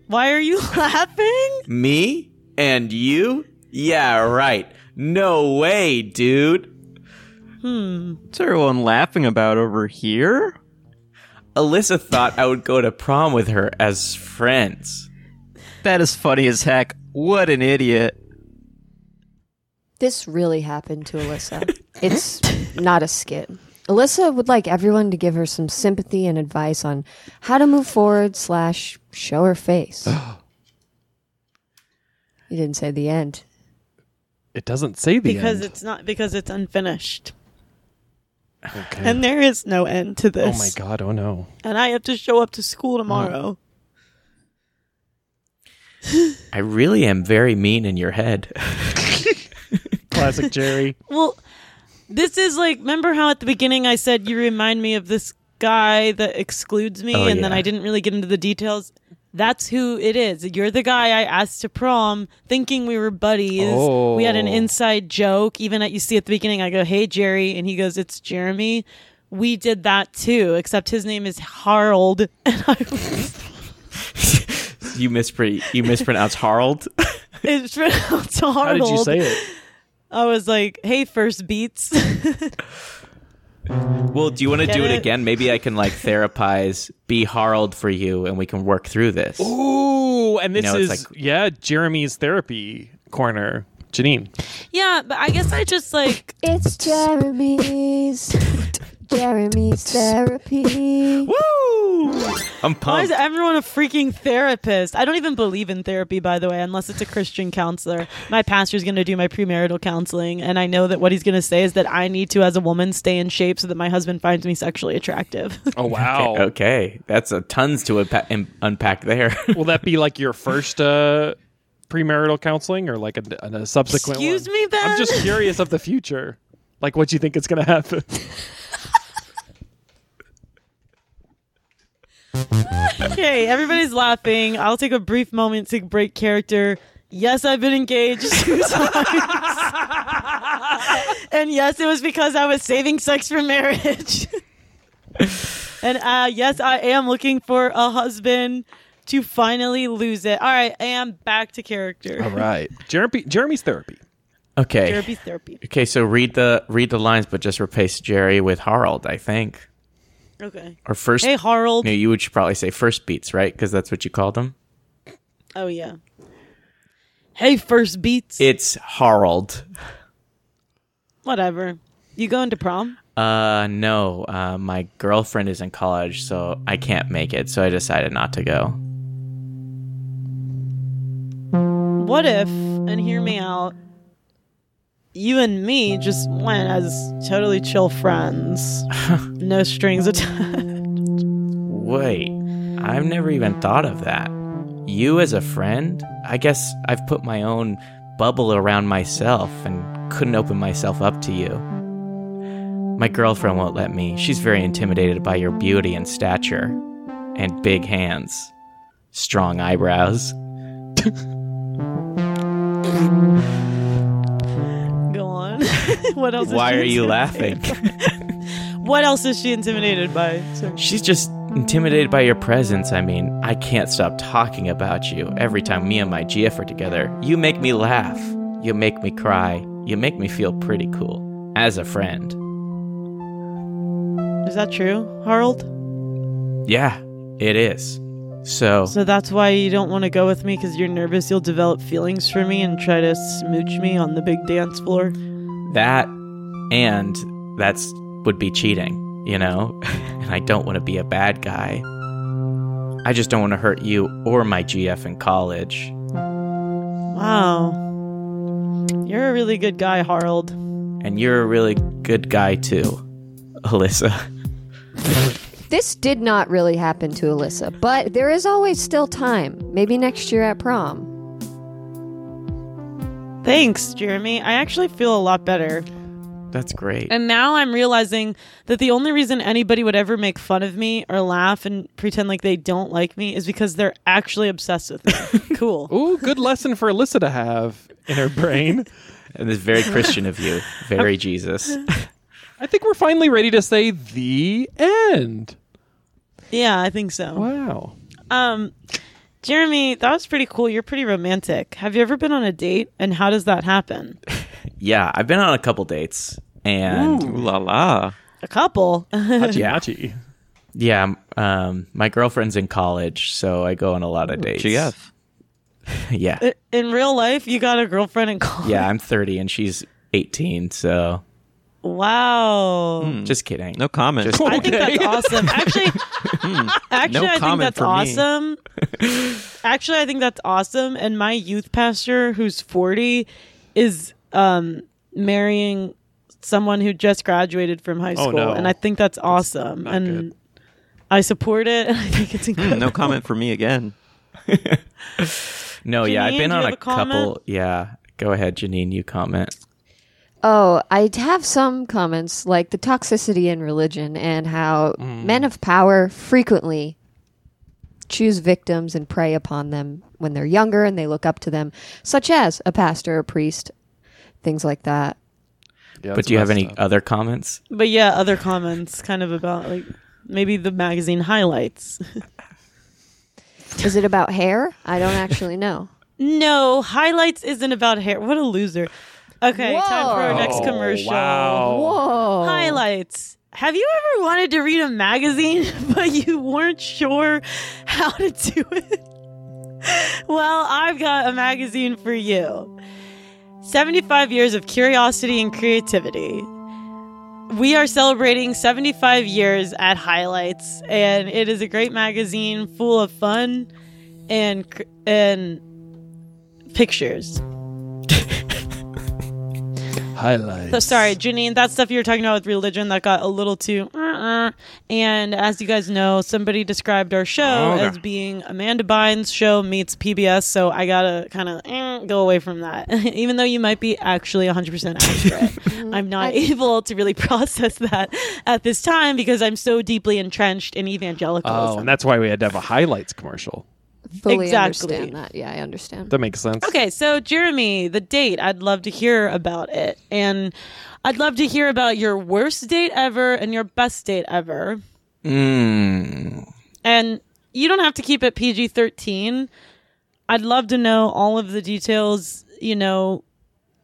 E: Why are you laughing?
G: Me and you? Yeah, right. No way, dude.
D: What's everyone laughing about over here?
G: Alyssa thought I would go to prom with her as friends.
D: That is funny as heck. What an idiot.
F: This really happened to Alyssa. it's not a skit. Alyssa would like everyone to give her some sympathy and advice on how to move forward slash show her face. you didn't say the end.
B: It doesn't say the
E: because
B: end.
E: it's not because it's unfinished
B: okay.
E: and there is no end to
B: oh
E: this
B: my god! Oh no!
E: and i have to show up to school tomorrow
G: I really am very mean in your head.
B: Classic Jerry.
E: well this is like remember how at the beginning i said you remind me of this guy that excludes me
G: Oh,
E: and then
G: yeah.
E: i didn't really get into the details that's who it is you're the guy i asked to prom thinking we were buddies we had an
B: Oh.
E: inside joke even at you see at the beginning i go hey jerry and he goes it's jeremy we did that too except his name is harold and i was
G: you mispre- you mispronounce Harold.
E: It's pronounced Arnold.
B: How did you say it?
E: I was like, "Hey, first beats."
G: Well, do you want to do it,
E: it?
G: again? Maybe I can like therapize, be Harold for you, and we can work through this.
B: Ooh, and this
G: know,
B: is
G: it's
B: yeah, Jeremy's therapy corner. Janine.
E: yeah, but I guess I just like
F: It's Jeremy's. Jeremy's therapy.
G: I'm
E: why is
G: pumped.
E: everyone a freaking therapist? I don't even believe in therapy, by the way, unless it's a Christian counselor. My pastor's going to do my premarital counseling, and I know that what he's going to say is that I need to, as a woman, stay in shape so that my husband finds me sexually attractive.
B: Oh wow.
G: Okay, that's a tons to unpa- un- unpack there.
B: Will that be like your first uh, premarital counseling or like a, a subsequent?
E: Excuse
B: one?
E: me, Ben?
B: I'm just curious of the future, like what you think is going to happen.
E: okay, everybody's laughing. I'll take a brief moment to break character. Yes, I've been engaged two times. and yes, it was because I was saving sex for marriage. and uh, yes, I am looking for a husband to finally lose it. All right, I am back to character.
B: right, Jeremy. Jeremy's therapy.
G: Okay.
E: Therapy, therapy.
G: Okay, so read the read the lines, but just replace Jerry with Harold, I think.
E: Okay.
G: Or first,
E: Hey, Harold.
G: no, you would should probably say first beats, right? Because that's what you called them.
E: Oh, yeah. Hey, first beats.
G: It's Harold.
E: Whatever. You going to prom?
G: Uh, no. Uh, my girlfriend is in college, so I can't make it. So I decided not to go.
E: What if, and hear me out, you and me just went as totally chill friends, no strings attached.
G: Wait, I've never even thought of that. You as a friend? I guess I've put my own bubble around myself and couldn't open myself up to you. My girlfriend won't let me. She's very intimidated by your beauty and stature, and big hands, strong eyebrows.
E: Go on. what else? is
G: Why
E: she
G: are you
E: intimidated
G: laughing?
E: by? What else is she intimidated by? So-
G: She's just intimidated by your presence. I mean, I can't stop talking about you every time me and my GF are together. You make me laugh. You make me cry. You make me feel pretty cool as a friend.
E: Is that true, Harold?
G: Yeah, it is. So,
E: So that's why you don't want to go with me because you're nervous you'll develop feelings for me and try to smooch me on the big dance floor.
G: that and that's would be cheating, you know? and I don't want to be a bad guy. I just don't want to hurt you or my GF in college.
E: Wow. You're a really good guy, Harold.
G: And you're a really good guy too, Alyssa.
F: This did not really happen to Alyssa, but there is always still time. Maybe next year at prom.
E: Thanks, Jeremy. I actually feel a lot better.
G: That's great.
E: Oh. And now I'm realizing that the only reason anybody would ever make fun of me or laugh and pretend like they don't like me is because they're actually obsessed with me. cool.
B: Ooh, good lesson for Alyssa to have in her brain.
G: And it's very Christian of you. Very Jesus.
B: I think we're finally ready to say the end.
E: Yeah, I think so.
B: Wow.
E: Um, Jeremy, that was pretty cool. You're pretty romantic. Have you ever been on a date, and how does that happen?
G: Yeah, I've been on a couple dates and
D: Ooh la la.
E: A couple.
B: Hachi
G: Yeah.
B: hachi.
G: yeah, um my girlfriend's in college, so I go on a lot of dates.
D: GF.
G: Yeah.
E: In real life, you got a girlfriend in college.
G: Yeah, I'm 30 and she's 18, so
E: Wow.
G: just kidding.
D: No comment.
G: Just-
E: I think that's awesome. Actually,
B: Hmm.
E: actually,
D: No
E: I think
D: comment
E: that's
D: for me.
E: awesome. actually, I think that's awesome. And my youth pastor, who's forty, is um marrying someone who just graduated from high
B: Oh,
E: school,
B: no.
E: and I think that's awesome.
B: not
E: and
B: good. Hmm.
E: I support it. And I think it's incredible.
D: no comment for me again.
G: No, yeah, I've
E: Janine,
G: been
E: do you
G: on
E: have
G: a,
E: a comment?
G: couple. Yeah. Go ahead, Janine, you comment.
F: Oh, I have some comments like the toxicity in religion and how men of power frequently choose victims and prey upon them when they're younger and they look up to them, such as a pastor, a priest, things like that.
B: Yeah,
G: But
B: that's
G: do you have
B: messed
G: any
B: up.
G: other comments?
E: But yeah, other comments kind of about like maybe the magazine highlights.
F: Is it about hair? I don't actually know.
E: no, highlights isn't about hair. What a loser. Okay, time for our
F: Whoa.
E: next
B: Oh,
E: commercial.
B: Wow.
E: Oh.
F: Whoa.
E: Highlights. Have you ever wanted to read a magazine but you weren't sure how to do it? Well, I've got a magazine for you. 75 years of curiosity and creativity. We are celebrating 75 years at Highlights, and it is a great magazine full of fun and cr- and pictures.
B: highlights?
E: So sorry, Janine. That stuff you were talking about with religion that got a little too. Uh-uh. And as you guys know, somebody described our show as being Amanda Bynes' show meets PBS. So I gotta kind of go away from that, even though you might be actually 100 percent accurate. I'm not able to really process that at this time because I'm so deeply entrenched in evangelicalism.
B: Oh, and that's why we had to have a highlights commercial.
F: Fully
E: Exactly.
F: understand that. Yeah, I understand.
B: That makes sense.
E: Okay, so Jeremy, the date, I'd love to hear about it. And I'd love to hear about your worst date ever and your best date ever.
G: Mm.
E: And you don't have to keep it PG 13. I'd love to know all of the details, you know,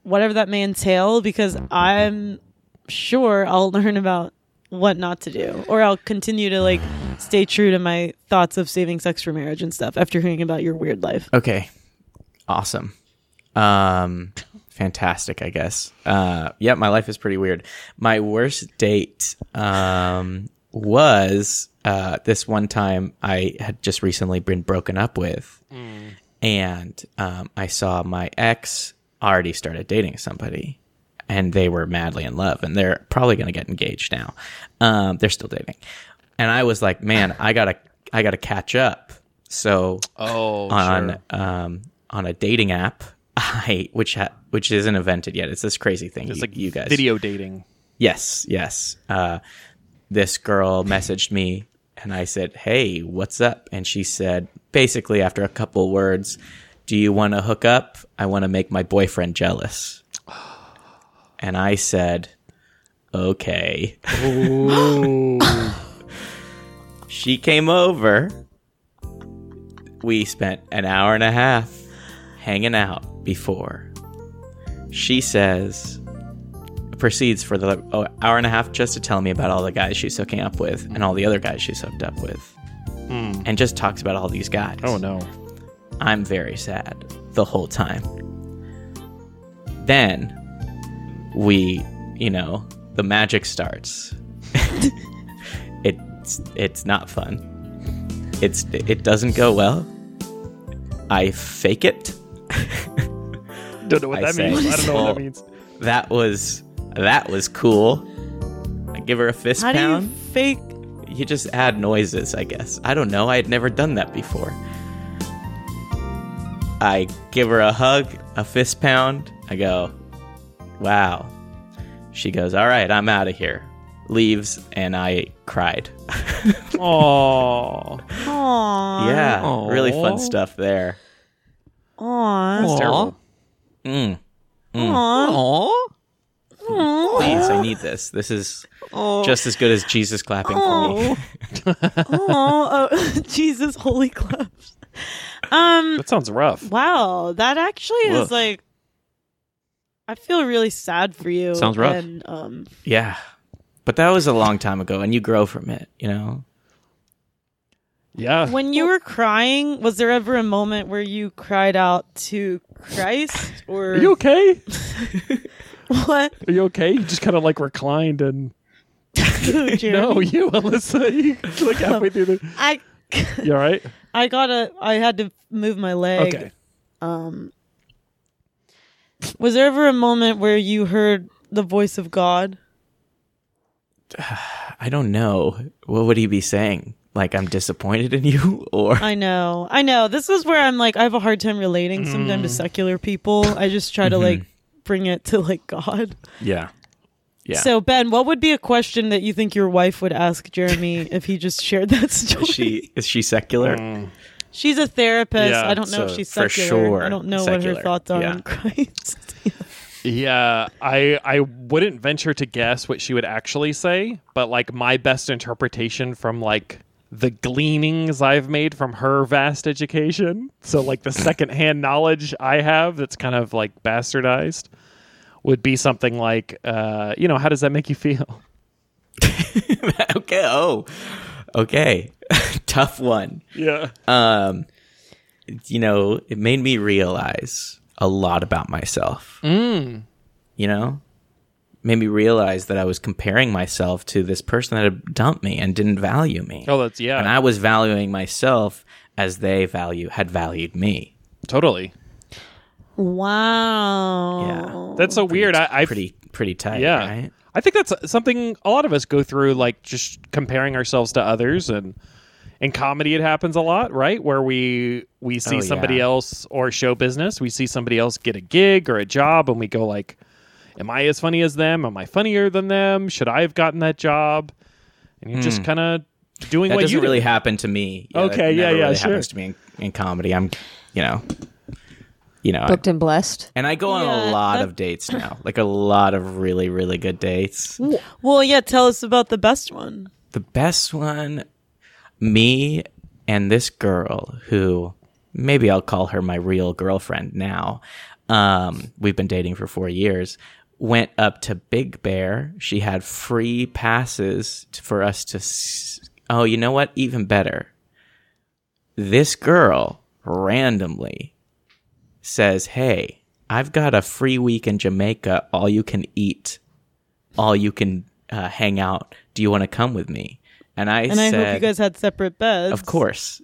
E: whatever that may entail, because I'm sure I'll learn about what not to do or I'll continue to like stay true to my thoughts of saving sex for marriage and stuff after hearing about your weird life.
G: Okay. Awesome. Um fantastic, I guess. Uh, yeah, my life is pretty weird. My worst date um, was uh, this one time I had just recently been broken up with, and um, I saw my ex already started dating somebody, and they were madly in love, and they're probably going to get engaged now. Um, they're still dating, and I was like, man, I gotta, I gotta catch up. So
B: Oh,
G: on um, on a dating app, I which ha- which isn't invented yet. It's this crazy thing.
B: it's
G: you-
B: like
G: you guys
B: video dating.
G: Yes, yes. Uh, this girl messaged me and I said, Hey, what's up? And she said, basically, after a couple words, Do you want to hook up? I want to make my boyfriend jealous. And I said, Okay. she came over. We spent an hour and a half hanging out before. She says, proceeds for the oh, hour and a half just to tell me about all the guys she's hooking up with and all the other guys she's hooked up with. And just talks about all these guys.
B: Oh no.
G: I'm very sad the whole time. Then we, you know, the magic starts. it's it's not fun. It's it doesn't go well. I fake it.
B: Don't know what
G: I
B: that
G: say,
B: means. I don't know what
G: well,
B: that means.
G: That was that was cool. I give her a fist
E: How
G: pound.
E: do you fake?
G: you just add noises, I guess. I don't know. I had never done that before. I give her a hug, a fist pound. I go, wow. She goes, all right, I'm out of here. Leaves, and I cried.
B: Oh,
E: Aww.
G: yeah,
D: Aw.
G: really fun stuff there.
E: Aww.
B: terrible.
G: Mm,
E: Aww.
D: Aw.
G: please, I need this. This is just as good as Jesus clapping for me.
E: Oh, Jesus, holy claps. Um.
B: that sounds rough.
E: Wow, that actually
G: Woof.
E: is like. I feel really sad for you.
D: Sounds rough.
E: And, um,
G: Yeah, but that was a long time ago, and you grow from it, you know?
B: Yeah.
E: when you were crying, was there ever a moment where you cried out to Christ or
B: Are you okay?
E: what?
B: Are you okay? You just kind of like reclined and
E: Jeremy?
B: no, you Alyssa, you like halfway through the.
E: I
B: You all right?
E: I gotta. I had to move my leg.
B: Okay.
E: Um, was there ever a moment where you heard the voice of God?
G: I don't know. What would he be saying? Like, I'm disappointed in you? Or
E: I know, I know. This is where I'm like, I have a hard time relating sometimes
G: Mm.
E: to secular people. I just try to like bring it to like God.
B: Yeah.
G: Mm-hmm. Yeah.
E: So Ben, what would be a question that you think your wife would ask Jeremy if he just shared that story?
G: is she is she secular?
E: she's a therapist.
B: Yeah,
E: I don't know if
G: so
E: she's
G: for
E: secular.
G: sure
E: I don't know what
G: secular.
E: her thoughts are
G: Yeah.
E: on Christ.
B: Yeah, I I wouldn't venture to guess what she would actually say, but like my best interpretation from like the gleanings I've made from her vast education, so like the secondhand knowledge I have that's kind of like bastardized would be something like uh, you know, how does that make you feel?
G: okay. Oh, okay. Tough one.
B: Yeah.
G: Um, you know, it made me realize a lot about myself.
B: Mm.
G: You know, made me realize that I was comparing myself to this person that had dumped me and didn't value me.
B: Oh, that's yeah.
G: and I was valuing myself as they value had valued me.
B: totally.
E: Wow.
G: Yeah.
B: That's so weird. I I
G: Pretty pretty tight.
B: yeah.
G: Right?
B: I think that's something a lot of us go through, like just comparing ourselves to others, and in comedy it happens a lot, right? Where we we see
G: Oh,
B: somebody
G: yeah.
B: else or show business, we see somebody else get a gig or a job, and we go like, "Am I as funny as them? Am I funnier than them? Should I have gotten that job?" And you're just kind of doing
G: Hmm. That
B: what
G: doesn't
B: you did.
G: really happen to me. that
B: Okay, yeah,
G: never
B: yeah,
G: really
B: sure.
G: Happens to me in, in comedy. I'm, you know, you know, I-
F: Booked and blessed.
G: and I go on
E: Yeah,
G: a lot
E: that-
G: of dates now, like a lot of really, really good dates.
E: Mm. Well, yeah. Tell us about the best one.
G: The best one, me and this girl who maybe I'll call her my real girlfriend now. Um, we've been dating for four years. Went up to Big Bear. She had free passes t- for us to. S- oh, you know what? Even better. this girl randomly says, Hey, I've got a free week in Jamaica, all you can eat, all you can uh, hang out. Do you want to come with me? And I
E: And I
G: said,
E: hope you guys had separate beds.
G: of course,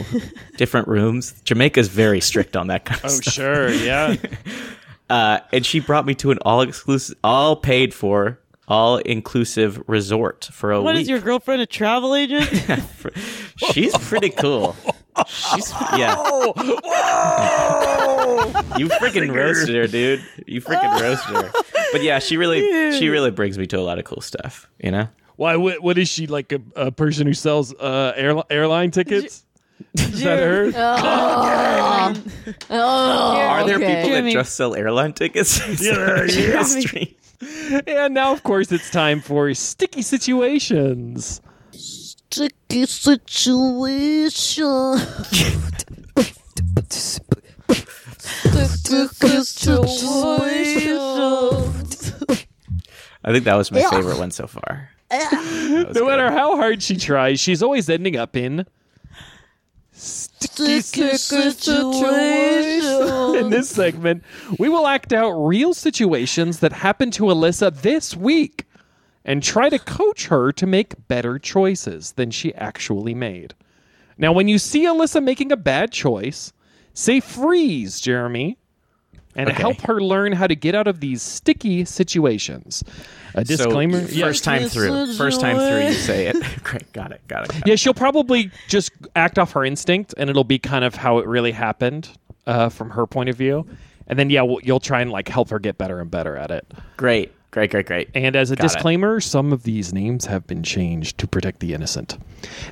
G: different rooms. Jamaica's very strict on that kind of
B: Oh,
G: stuff.
B: sure. Yeah.
G: Uh, and she brought me to an all exclusive, all paid for, all inclusive resort for a
E: What
G: week.
E: is your girlfriend a travel agent?
G: She's pretty cool. She's yeah. you freaking roasted her, dude. You freaking roasted her. But yeah, she really she really brings me to a lot of cool stuff, you know?
B: Why? What, what is she like? A, a person who sells uh, airli- airline tickets? Is that her?
G: Are there
F: okay.
G: people
E: Jimmy.
G: that just sell airline tickets?
B: Yeah, yeah.
G: Stream.
B: And now, of course, it's time for sticky situations.
A: Sticky situation. Sticky situation.
G: I think that was my favorite one so far.
B: No matter how hard she tries, she's always ending up in. Sticky situation. In this segment, we will act out real situations that happened to Alyssa this week and try to coach her to make better choices than she actually made. Now, when you see Alyssa making a bad choice, say freeze, Jeremy, and help her learn how to get out of these sticky situations. A disclaimer.
G: So,
B: Yeah.
G: first time through. First time through you say it. Great, got it, got it. Got it.
B: Yeah, she'll probably just act off her instinct, and it'll be kind of how it really happened uh, from her point of view. And then, yeah, we'll, you'll try and like help her get better and better at it.
G: Great. Great, great, great.
B: And as a
G: it.
B: disclaimer, some of these names have been changed to protect the innocent.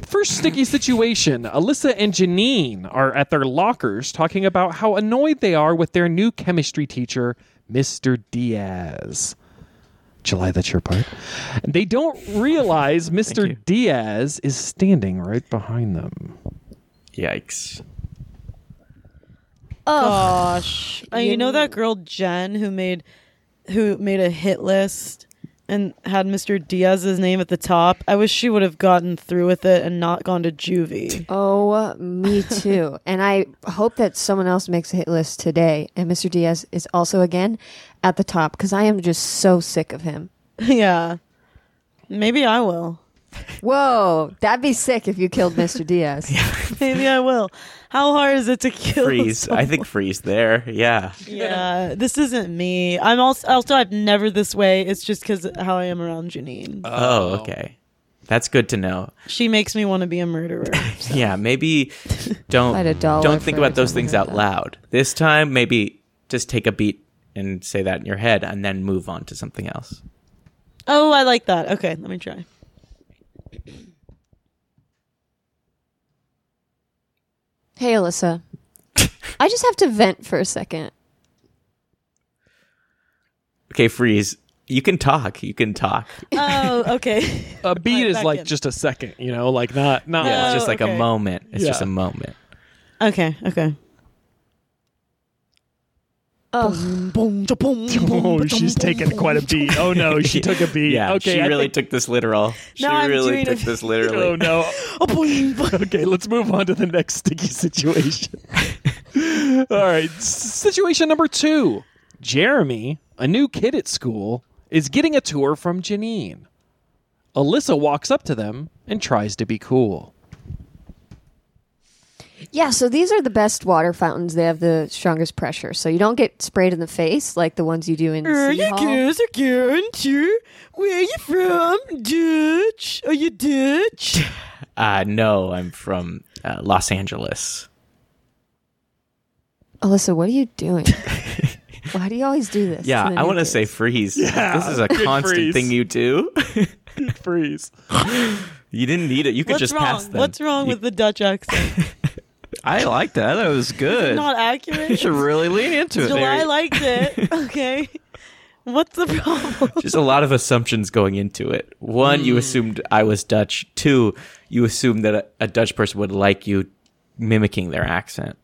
B: First sticky situation Alyssa and Janine are at their lockers talking about how annoyed they are with their new chemistry teacher, Mr. Diaz. July, that's your part. They don't realize Mr. Diaz is standing right behind them.
G: Yikes.
E: Gosh, Uh, you know that girl Jen who made who made a hit list and had Mr. Diaz's name at the top. I wish she would have gotten through with it and not gone to juvie.
F: Oh, me too. and I hope that someone else makes a hit list today. And Mr. Diaz is also again at the top because I am just so sick of him.
E: yeah, maybe I will.
F: Whoa, that'd be sick if you killed Mr. Diaz.
E: Maybe I will. How hard is it to kill?
G: Freeze. I think freeze there. Yeah.
E: Yeah, this isn't me. I'm also also I've never this way. It's just because how I am around Janine.
G: Oh, okay. That's good to know.
E: she makes me want to be a murderer.
G: Yeah, maybe don't
F: I'd a dollar
G: don't think
F: for
G: about those
F: every time I
G: things
F: heard
G: out
F: that.
G: loud. This time, maybe just take a beat and say that in your head, and then move on to something else.
E: oh, I like that. Okay, let me try.
F: Hey, Alyssa. I just have to vent for a second.
G: Okay, freeze. You can talk. You can talk.
E: Oh, okay.
B: A beat is
E: back
B: like
E: in.
B: just a second, you know, like not not
G: Yeah,
E: Oh,
G: it's just like
E: okay.
G: a moment. It's
B: Yeah.
G: just a moment.
E: Okay, okay.
B: Oh, she's taking quite a beat. Oh no, she took a beat.
G: Yeah,
B: okay,
G: she
B: I
G: really
B: think-
G: took this literal. She
E: I'm
G: really
E: doing a-
G: took this literally.
B: Oh no. okay, let's move on to the next sticky situation. All right, s- situation number two. Jeremy, a new kid at school, is getting a tour from Janine. Alyssa walks up to them and tries to be cool.
F: Yeah, so these are the best water fountains. They have the strongest pressure, so you don't get sprayed in the face like the ones you do in
E: Are
F: City
E: you
F: Hall.
E: girls are guaranteed? Where are you from? Dutch? Are you Dutch?
G: Uh, no, I'm from uh, Los Angeles.
F: Alyssa, what are you doing? Why do you always do this?
G: Yeah,
F: the
G: I
F: new
G: want to
F: kids?
G: say freeze. this is a
B: good
G: constant
B: freeze.
G: thing you do.
B: Freeze.
G: you didn't need it. You could
E: What's
G: just pass
E: wrong?
G: them.
E: What's wrong
G: You-
E: with the Dutch accent?
D: I like that. That was good.
E: Not
D: you
E: accurate.
D: should really lean into it.
E: July liked it. Okay. What's the problem?
G: Just a lot of assumptions going into it. One,
E: Hmm.
G: you assumed I was Dutch. Two, you assumed that a, a Dutch person would like you mimicking their accent.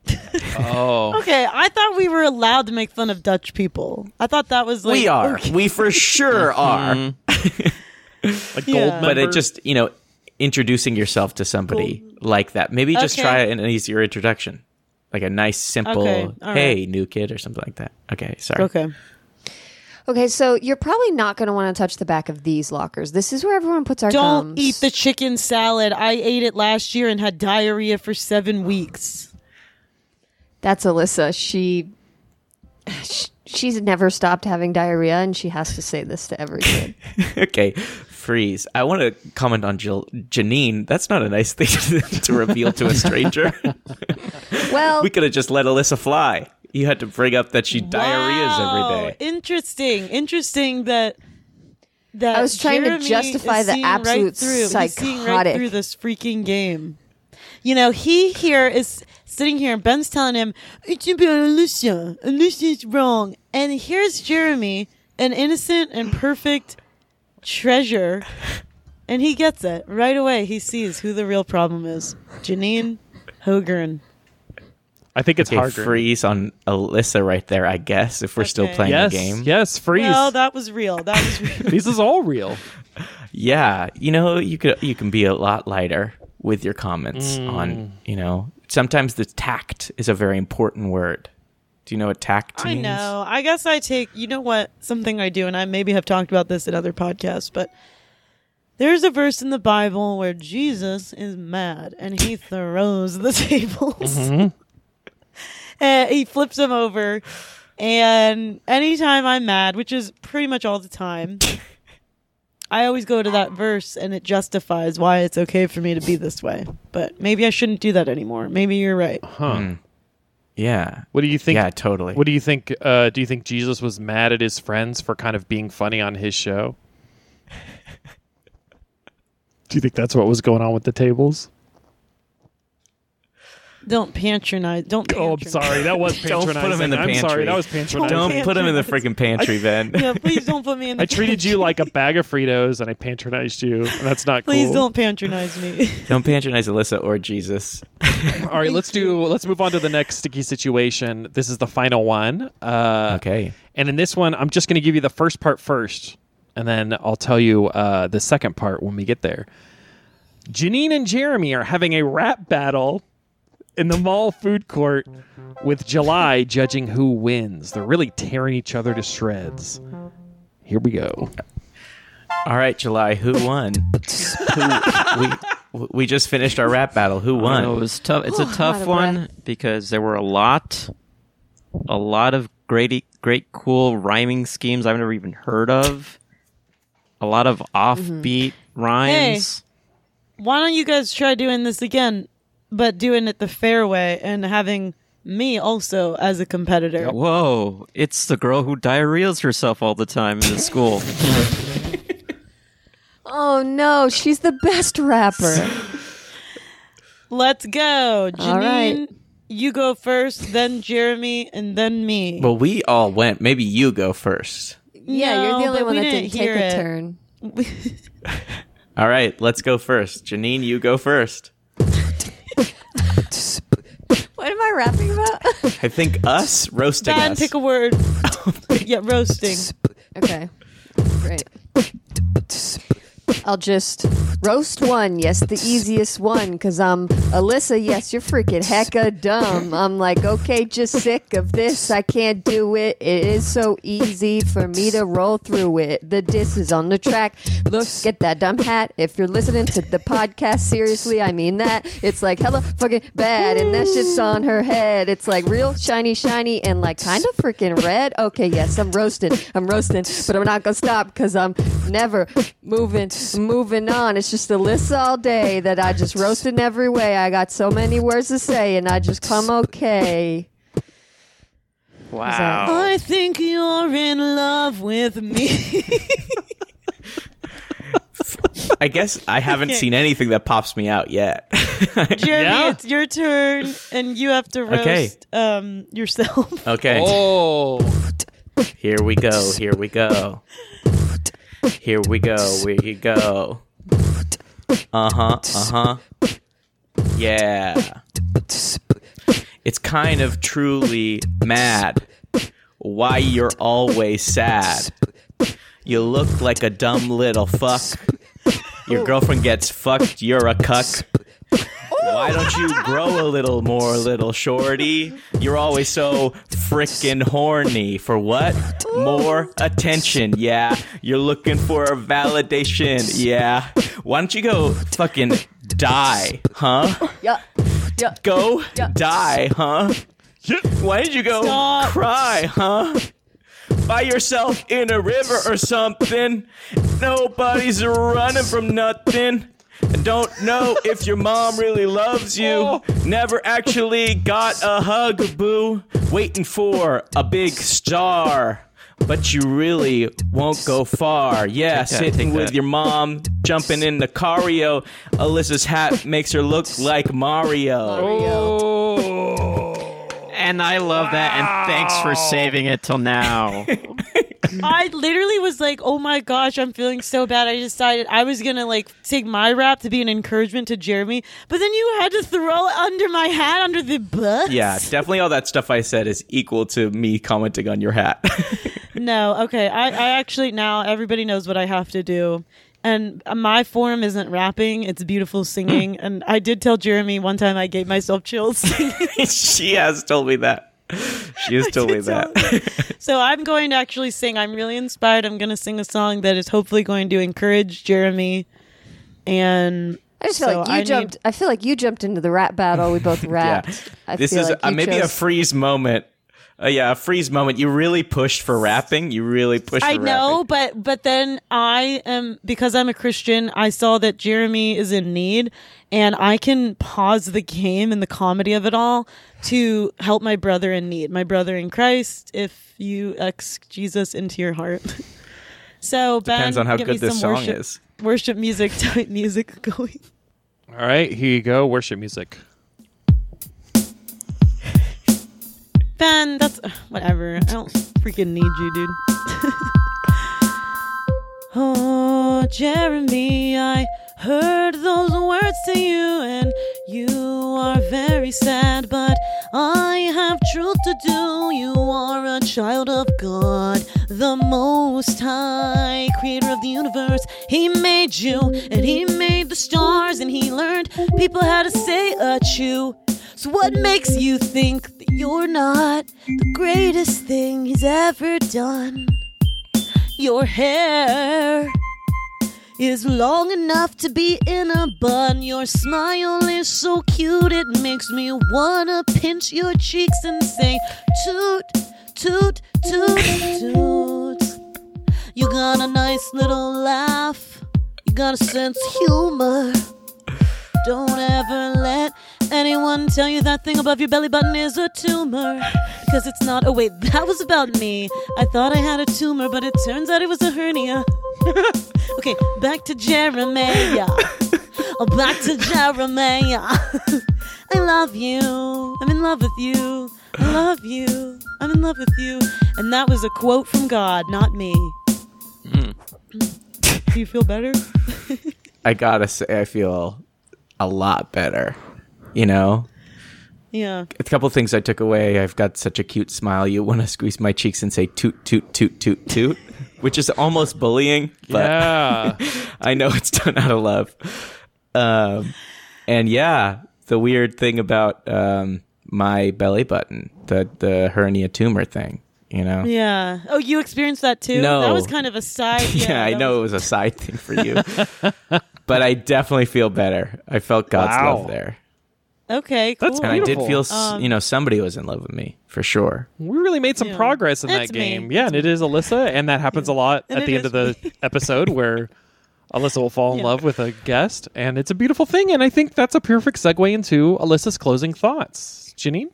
B: Oh.
E: Okay, I thought we were allowed to make fun of Dutch people. I thought that was like
G: we are. We for
E: Hmm.
G: sure are.
B: Like
E: Yeah.
B: gold
G: But it
B: member?
G: just, you know, introducing yourself to somebody like that. Maybe just
E: Okay.
G: try an easier introduction. like a nice simple
E: Okay, all
G: hey new kid or something like that. Okay, sorry.
E: Okay.
F: Okay, so you're probably not going to want to touch the back of these lockers. This is where everyone puts our
E: Don't
F: thumbs.
E: eat the chicken salad. I ate it last year and had diarrhea for seven weeks.
F: That's Alyssa. She, sh she's never stopped having diarrhea, and she has to say this to every kid.
G: okay, freeze. I want to comment on Jill Janine. That's not a nice thing to reveal to a stranger.
F: well,
G: we could have just let Alyssa fly. You had to bring up that she diarrheas every
E: Wow.
G: day.
E: Interesting. Interesting that that
F: I was trying to
E: Jeremy
F: justify
E: is
F: the
E: seeing right
F: absolute
E: through, He's seeing right
F: psychotic-
E: through this freaking game. You know, he here is sitting here and Ben's telling him, It's about Alicia. Alicia's wrong. And here's Jeremy, an innocent and perfect treasure. And he gets it right away. He sees who the real problem is. Janine Hogren.
B: I think it's
G: Okay,
B: hard.
G: freeze on Alyssa right there, I guess, if we're still
E: Okay.
G: playing
B: Yes,
G: the game.
B: yes, freeze.
E: Well, that was real. That was real.
B: this is all real.
G: Yeah, you know, you could you can be a lot lighter with your comments
B: Mm.
G: on, you know, sometimes the tact is a very important word. Do you know what tact
E: I
G: means?
E: know. I guess I take, you know what, something I do, and I maybe have talked about this in other podcasts, but there's a verse in the Bible where Jesus is mad and he throws the tables.
B: Mm-hmm.
E: Uh, he flips them over. And anytime I'm mad, which is pretty much all the time, I always go to that verse and it justifies why it's okay for me to be this way. But maybe I shouldn't do that anymore. Maybe you're right.
G: Yeah.
B: What do you think?
G: yeah, totally.
B: What do you think? Uh, do you think Jesus was mad at his friends for kind of being funny on his show? do you think that's what was going on with the tables?
E: Don't patronize. Don't.
B: Oh, I'm
E: patronize.
B: sorry. That was
G: Don't
B: patronizing.
G: put him in the
B: I'm sorry.
G: pantry.
B: That was patronizing.
G: Don't put him in the freaking pantry, Ben.
E: Yeah, please don't put me in. The
B: I treated you like a bag of Fritos and I patronized you, and that's not
E: Please
B: cool.
E: don't patronize me.
G: Don't patronize Alyssa or Jesus.
B: All right, let's do. Let's move on to the next sticky situation. This is the final one. Uh,
G: Okay.
B: And in this one, I'm just going to give you the first part first, and then I'll tell you uh, the second part when we get there. Janine and Jeremy are having a rap battle in the mall food court with July judging who wins. They're really tearing each other to shreds. Here we go.
G: All right, July. Who won? who, we we just finished our rap battle. Who
D: I know, it
G: won?
D: was tough. It's a
F: out
D: tough
F: of
D: one
F: breath.
D: because there were a lot, a lot of great, great, cool rhyming schemes I've never even heard of. A lot of
F: Mm-hmm.
D: offbeat rhymes.
E: Why don't you guys try doing this again, but doing it the fair way and having me also as a competitor?
D: Whoa! It's the girl who diarrheas herself all the time in the school.
F: oh no, she's the best rapper.
E: Let's go,
F: All right.
E: Janine. You go first, then Jeremy, and then me.
G: Well, we all went. Maybe you go first.
F: yeah, you're
E: No,
F: the only
E: but
F: one
E: we
F: that
E: didn't
F: didn't take
E: hear
F: a
E: it.
F: turn.
G: All right, let's go first. Janine, you go first.
F: What am I rapping about?
G: I think us roasting
E: Dan,
G: us.
E: pick a word. yeah, roasting.
F: okay, great. I'll just roast one. Yes, the easiest one, because I'm Alyssa. Yes, you're freaking hecka dumb. I'm like, okay, just sick of this. I can't do it. It is so easy for me to roll through it. The diss is on the track. Look, get that dumb hat. If you're listening to the podcast, seriously, I mean that. It's like hella fucking bad, and that shit's on her head. It's like real shiny, shiny, and like kind of freaking red. Okay, yes, I'm roasting. I'm roasting, but I'm not gonna stop because I'm never moving, moving on. It's just a list all day that I just roast in every way. I got so many words to say, and I just come okay. Wow.
E: I think you're in love with me.
G: I guess I haven't seen anything that pops me out yet.
E: Jeremy,
B: Yeah.
E: it's your turn, and you have to roast
G: Okay.
E: um, yourself.
G: okay.
B: Oh,
G: Here we go. Here we go. Here we go. We go. Uh huh. Uh huh. Yeah. It's kind of truly mad. Why you're always sad. You look like a dumb little fuck. Your girlfriend gets fucked. You're a cuck. Why don't you grow a little more, little shorty? You're always so frickin' horny. For what? More attention, yeah. You're looking for a validation, yeah. Why don't you go fucking die, huh?
F: Yeah. Yeah.
G: Go die, huh? Why did you go cry, huh? By yourself in a river or something. Nobody's running from nothing. Don't know if your mom really loves you. Never actually got a hug, boo. Waiting for a big star. But you really won't go far. Yeah,
D: Take that,
G: sitting
D: take
G: with
D: that.
G: your mom, jumping in the cario. Alyssa's hat makes her look like Mario.
D: And I love that. And thanks for saving it till now.
E: I literally was like, "Oh my gosh, I'm feeling so bad." I decided I was gonna like take my rap to be an encouragement to Jeremy, but then you had to throw it under my hat under the bus.
G: Yeah, definitely all that stuff I said is equal to me commenting on your hat.
E: No. Okay. I, I actually now everybody knows what I have to do, and my form isn't rapping; it's beautiful singing. and I did tell Jeremy one time I gave myself chills.
G: she has told me that. She has told me that.
E: So I'm going to actually sing. I'm really inspired. I'm going to sing a song that is hopefully going to encourage Jeremy. And
F: I just feel
E: So
F: like you
E: I need-
F: jumped. I feel like you jumped into the rap battle. We both rapped. I
G: this
F: feel
G: is
F: like
G: uh,
F: you
G: maybe a
F: chose-
G: freeze moment. Uh, yeah, a freeze moment. You really pushed for rapping. You really pushed.
E: I
G: for
E: know, but but then I am because I'm a Christian. I saw that Jeremy is in need, and I can pause the game and the comedy of it all to help my brother in need, my brother in Christ. If you ex Jesus into your heart, so ben,
G: Depends on how
E: get
G: good
E: me
G: this
E: some
G: song
E: worship,
G: is.
E: Worship music type music going.
B: All right, here you go. Worship music.
E: Ben, that's ugh, whatever. I don't freaking need you, dude. oh, Jeremy, I heard those words to you, and you are very sad, but I have truth to do. You are a child of God, the Most High, creator of the universe. He made you, and He made the stars, and He learned people how to say a chew. So what makes you think that you're not the greatest thing he's ever done? Your hair is long enough to be in a bun. Your smile is so cute, it makes me wanna pinch your cheeks and say, toot, toot, toot, toot. You got a nice little laugh, you got a sense of humor. Don't ever let anyone tell you that thing above your belly button is a tumor. Because it's not. Oh, wait, that was about me. I thought I had a tumor, but it turns out it was a hernia. okay, back to Jeremiah. Oh, back to Jeremiah. I love you. I'm in love with you. I love you. I'm in love with you. And that was a quote from God, not me. Do you feel better?
G: I gotta say, I feel a lot better. You know,
E: Yeah.
G: a couple of things I took away. I've got such a cute smile. You want to squeeze my cheeks and say toot toot toot toot toot, which is almost bullying. But
B: Yeah.
G: I know it's done out of love. Um, and yeah, the weird thing about um, my belly button, the the hernia tumor thing, you know. Yeah,
E: Yeah. Oh, you experienced that too.
G: No.
E: That was kind of a side. Yeah,
G: I
E: that
G: know it
E: was-
G: was a side thing for you, but I definitely feel better. I felt God's
B: Wow.
G: love there,
E: okay, cool.
B: That's
G: and I
B: Beautiful.
G: did feel, s you know, somebody was in love with me for sure.
B: we really made some
E: Yeah.
B: progress in
E: It's
B: that
E: me.
B: game. Yeah, and it is Alyssa, and that happens a lot
E: And
B: at
E: it
B: the end of
E: is
B: the episode where Alyssa will fall in
E: Yeah.
B: love with a guest, and it's a beautiful thing. And I think that's a perfect segue into Alyssa's closing thoughts. Janine?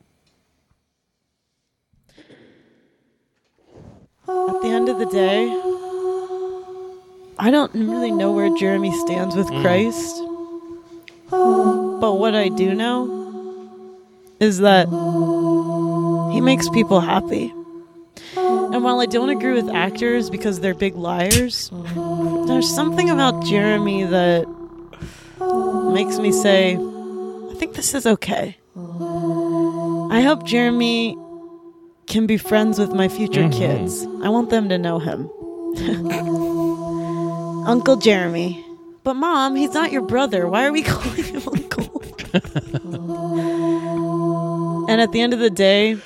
E: At the end of the day, I don't really know where Jeremy stands with Christ. But what I do know is that he makes people happy. And while I don't agree with actors because they're big liars, there's something about Jeremy that makes me say, I think this is okay. I hope Jeremy can be friends with my future kids. I want them to know him. Uncle Jeremy. But mom, he's not your brother. Why are we calling him uncle? And at the end of the day,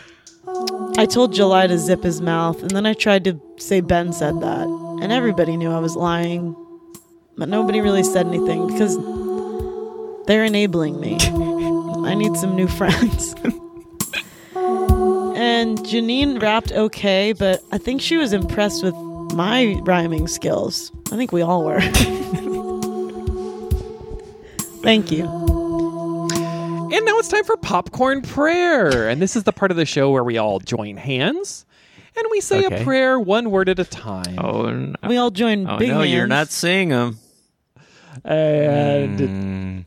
E: I told July to zip his mouth, and then I tried to say Ben said that. And everybody knew I was lying, but nobody really said anything because they're enabling me. I need some new friends. and Janine rapped okay, but I think she was impressed with my rhyming skills. I think we all were. Thank you.
B: And now it's time for popcorn prayer. And this is the part of the show where we all join hands and we say a
G: Okay.
B: prayer one word at a time.
D: Oh, n-
E: We all joined
D: oh
E: big
D: no, you're
E: hands.
D: not seeing them.
B: And
G: Mm.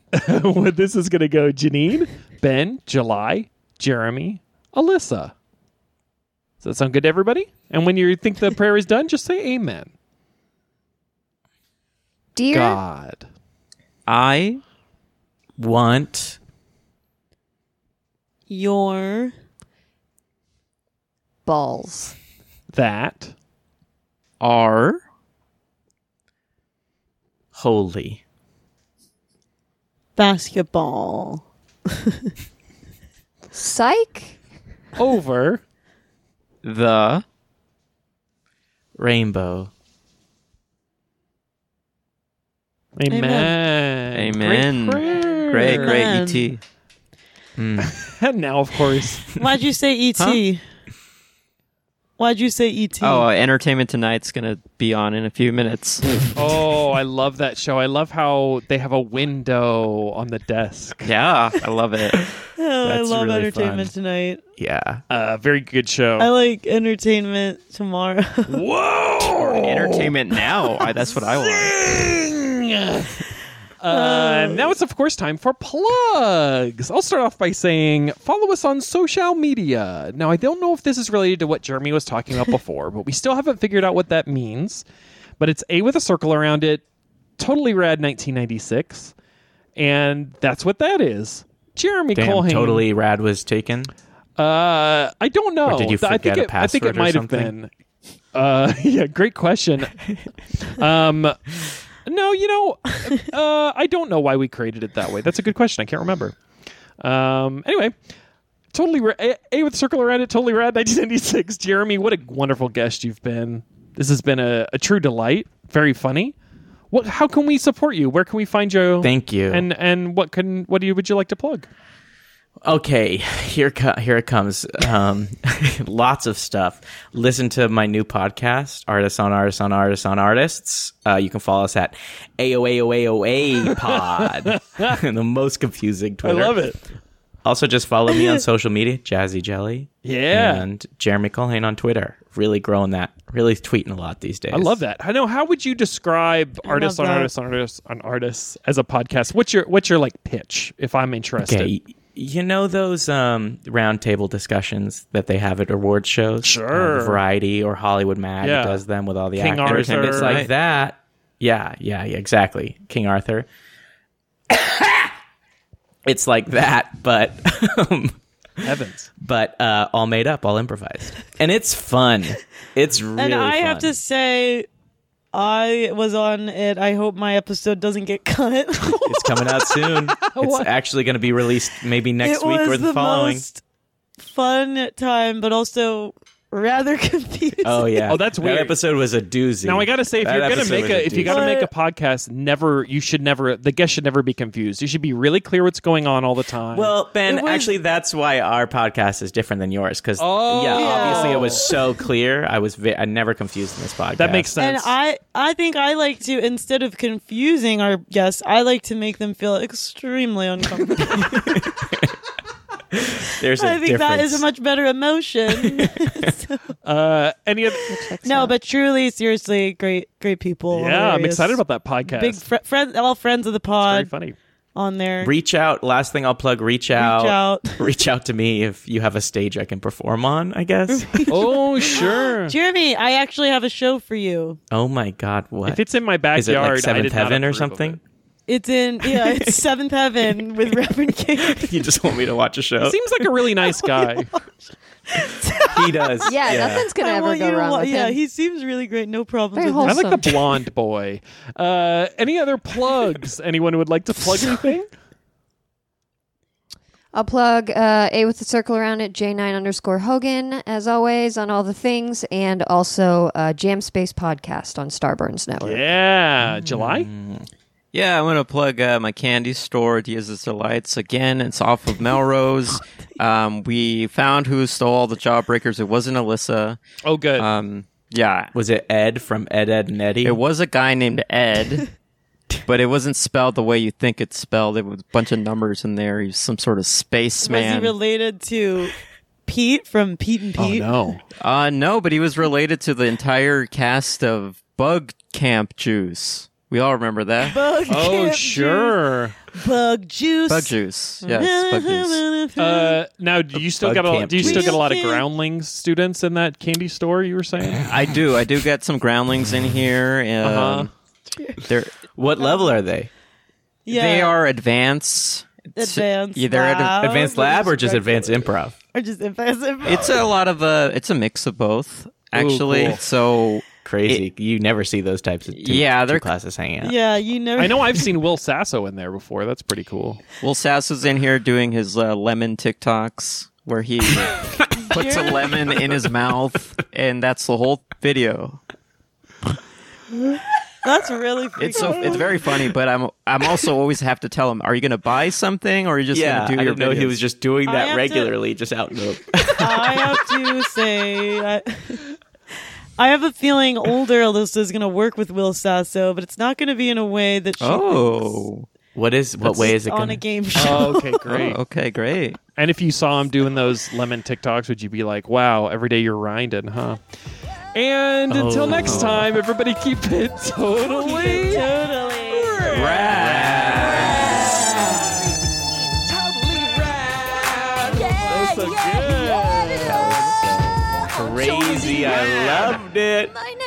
B: well, this is going to go Janine, Ben, July, Jeremy, Alyssa. Does that sound good to everybody? And when you think the prayer is done, just say amen.
F: Dear
B: God.
D: I
G: Want
E: Your
F: balls.
B: That
D: are
G: holy
E: basketball.
F: Psych.
B: over
D: the
G: rainbow.
B: amen.
D: Amen.
B: Great,
D: great,
B: prayer.
D: great E
E: Amen.
D: ET.
B: And now, of course,
E: Why'd you say E.T.? Why'd you say E E.T.?
D: Oh, uh, Entertainment Tonight's gonna be on in a few minutes.
B: oh, I love that show. I love how they have a window on the desk.
D: yeah, I love it.
E: Oh, I
G: that's
E: love
G: really
E: entertainment tonight.
G: Yeah.
B: Uh, very good
D: Oh.
B: show.
E: I like entertainment tomorrow.
B: Whoa!
D: Entertainment now. I, that's what I want.
B: Uh, now it's of course time for plugs. I'll start off by saying follow us on social media. Now I don't know if this is related to what Jeremy was talking about before, but we still haven't figured out what that means. But it's a with a circle around it. Totally rad 1996, and that's what that is. Jeremy
G: Damn,
B: Colhane.
G: totally rad was taken.
B: Uh, I don't know.
G: Or did you
B: I think
G: forget a
B: it, I think it
G: password or
B: might have
G: something?
B: been. Uh, yeah, great question. um, no, you know, uh, I don't know why we created it that way. That's a good question. I can't remember. Um, anyway, totally ra- a-, a with circle around it. Totally rad. 1996. Jeremy, what a wonderful guest you've been. This has been a, a true delight. Very funny. What? How can we support you? Where can we find you?
G: Thank you.
B: And and what can what do you would you like to plug?
G: Okay, here co- here it comes. Um, lots of stuff. Listen to my new podcast, Artists on Artists on Artists on Artists. Uh, you can follow us at AOAOAOA Pod. the most confusing Twitter.
B: it.
G: Also, just follow me on social media, Jazzy Jelly.
B: Yeah.
G: And Jeremy Colhane on Twitter. Really growing that. Really tweeting a lot these days.
B: I love that. I know. How would you describe artists on
E: that.
B: artists on artists on artists as a podcast? What's your what's your like pitch? If I'm interested,
G: Okay. y- You know those um, roundtable discussions that they have at awards shows?
B: Sure.
G: Uh, Variety or Hollywood Mag
B: Yeah.
G: does them with all the
B: King
G: actors. and It's
B: Arthur.
G: like
B: Right.
G: that. Yeah, yeah, yeah, exactly. King Arthur. it's like that, but um,
B: heavens.
G: but uh, all made up, all improvised. And it's fun. It's really
E: and I
G: fun.
E: have to say, I was on it. I hope my episode doesn't get cut.
G: It's coming out soon. it's actually going to be released maybe next
E: it
G: week
E: was
G: or the, following.
E: most fun time, but also rather confusing.
G: Oh yeah.
B: Oh, that's
G: That
B: weird.
G: episode was a doozy.
B: Now I gotta say, if
G: That
B: you're gonna
G: episode
B: make
G: was
B: a if you
G: doozy.
B: gotta make a
E: What?
B: podcast, never you should never the guest should never be confused. You should be really clear what's going on all the time.
G: Well, Ben,
E: It was-
G: actually, that's why our podcast is different than yours because
B: Oh.
G: yeah,
B: Yeah.
G: obviously it was so clear. I was vi- I never confused in this podcast.
B: that makes
E: And
B: sense.
E: I, I think I like to instead of confusing our guests, I like to make them feel extremely uncomfortable.
G: There's a
E: I think
G: difference.
E: that is a much better emotion.
B: uh, any other?
E: no, but truly, seriously, great, great people.
B: Yeah, I'm
E: Hilarious.
B: excited about that podcast.
E: Big fr- friends, all friends of the
B: Very
E: pod
B: funny.
E: on there.
G: Reach out. Last thing I'll plug. Reach out.
E: out.
G: Reach out to me if you have a stage I can perform on. I guess.
B: Oh sure.
E: Jeremy, I actually have a show for you.
G: oh my God! What
B: if it's in my backyard,
G: is it like
B: I
G: Seventh
B: did not
G: Heaven or
B: approve of it.
G: something?
E: It's in yeah, it's Seventh Heaven with Reverend King.
G: You just want me to watch a show?
B: Seems like a really nice guy.
G: he does.
F: Yeah, nothing's gonna
E: I
F: ever
E: want
F: go
E: you to
F: wrong
E: wa-
F: with
E: yeah,
F: him.
E: he seems really great. No problems.
F: Very
E: with him.
B: I
F: wholesome.
B: like the blonde boy. Uh, any other plugs? Anyone would like to plug anything?
F: I'll plug uh, A with the circle around it, J9 underscore Hogan, as always, on all the things, and also uh, Jam Space Podcast on Starburns Network.
B: Yeah, July.
D: Yeah, I want to plug uh, my candy store, Diaz's Delights. Again, it's off of Melrose. um, we found who stole all the jawbreakers. It wasn't Alyssa.
B: Oh, good.
D: Um, yeah,
G: Was it Ed from Ed, Ed, and Eddie?
D: it was a guy named Ed, but it wasn't spelled the way you think it's spelled. It was a bunch of numbers in there. He's some sort of
E: Was he
D: spaceman.
E: related to Pete from Pete and
D: Oh,
E: Pete?
B: no.
D: uh, no, but he was related to the entire cast of Bug Camp Juice. We all remember that.
E: Bug
B: Oh,
E: Camp
B: sure.
E: Juice. Bug juice.
D: Bug Juice. Yes, Bug Juice.
B: Uh, now, do you still
G: Bug
B: get a
G: camp
B: do you still
E: juice.
B: get a lot of
E: Real kid.
B: groundlings students in that candy store? You were saying.
D: I do. I do get some groundlings in here. Um, They're
G: what level are they?
E: yeah.
D: They are advanced.
E: Advanced
D: Yeah, they're
E: lab.
D: ad-
G: Advanced
E: Oh,
G: lab or just
E: destructive.
G: advanced improv?
E: Or just offensive.
D: It's a lot of uh It's a mix of both, actually.
B: cool.
D: So
G: Crazy. you never see those types of two,
D: Yeah,
G: two
D: they're-
G: classes hanging out.
E: yeah, you know.
B: I know I've seen Will Sasso in there before. That's pretty cool.
D: Will Sass is in here doing his uh, lemon TikToks, where he puts a lemon in his mouth, and that's the whole video.
E: That's really.
D: It's
E: freaking
D: so
E: cool.
D: it's very funny, but I'm I'm also always have to tell him, are you going to buy something or are you just going
G: Yeah,
D: to
G: I
D: do your
G: didn't know he
D: videos?"
G: was just doing
E: I have
G: that
E: to-
G: regularly, just out in the
E: I have to say, I, I have a feeling older Alyssa is going to work with Will Sasso, but it's not going to be in a way that she
D: Oh,
G: What is what way is it
E: thinks on
G: gonna
E: a game show.
B: Oh, okay,
D: oh,
B: great.
D: okay, great.
B: And if you saw him doing those lemon TikToks, would you be like, wow, every day you're grinding, huh? And until next time, everybody keep it totally.
E: totally.
A: Totally right. Yeah,
B: so
A: yeah,
B: good.
A: yeah.
G: Crazy, I loved it.
A: I know.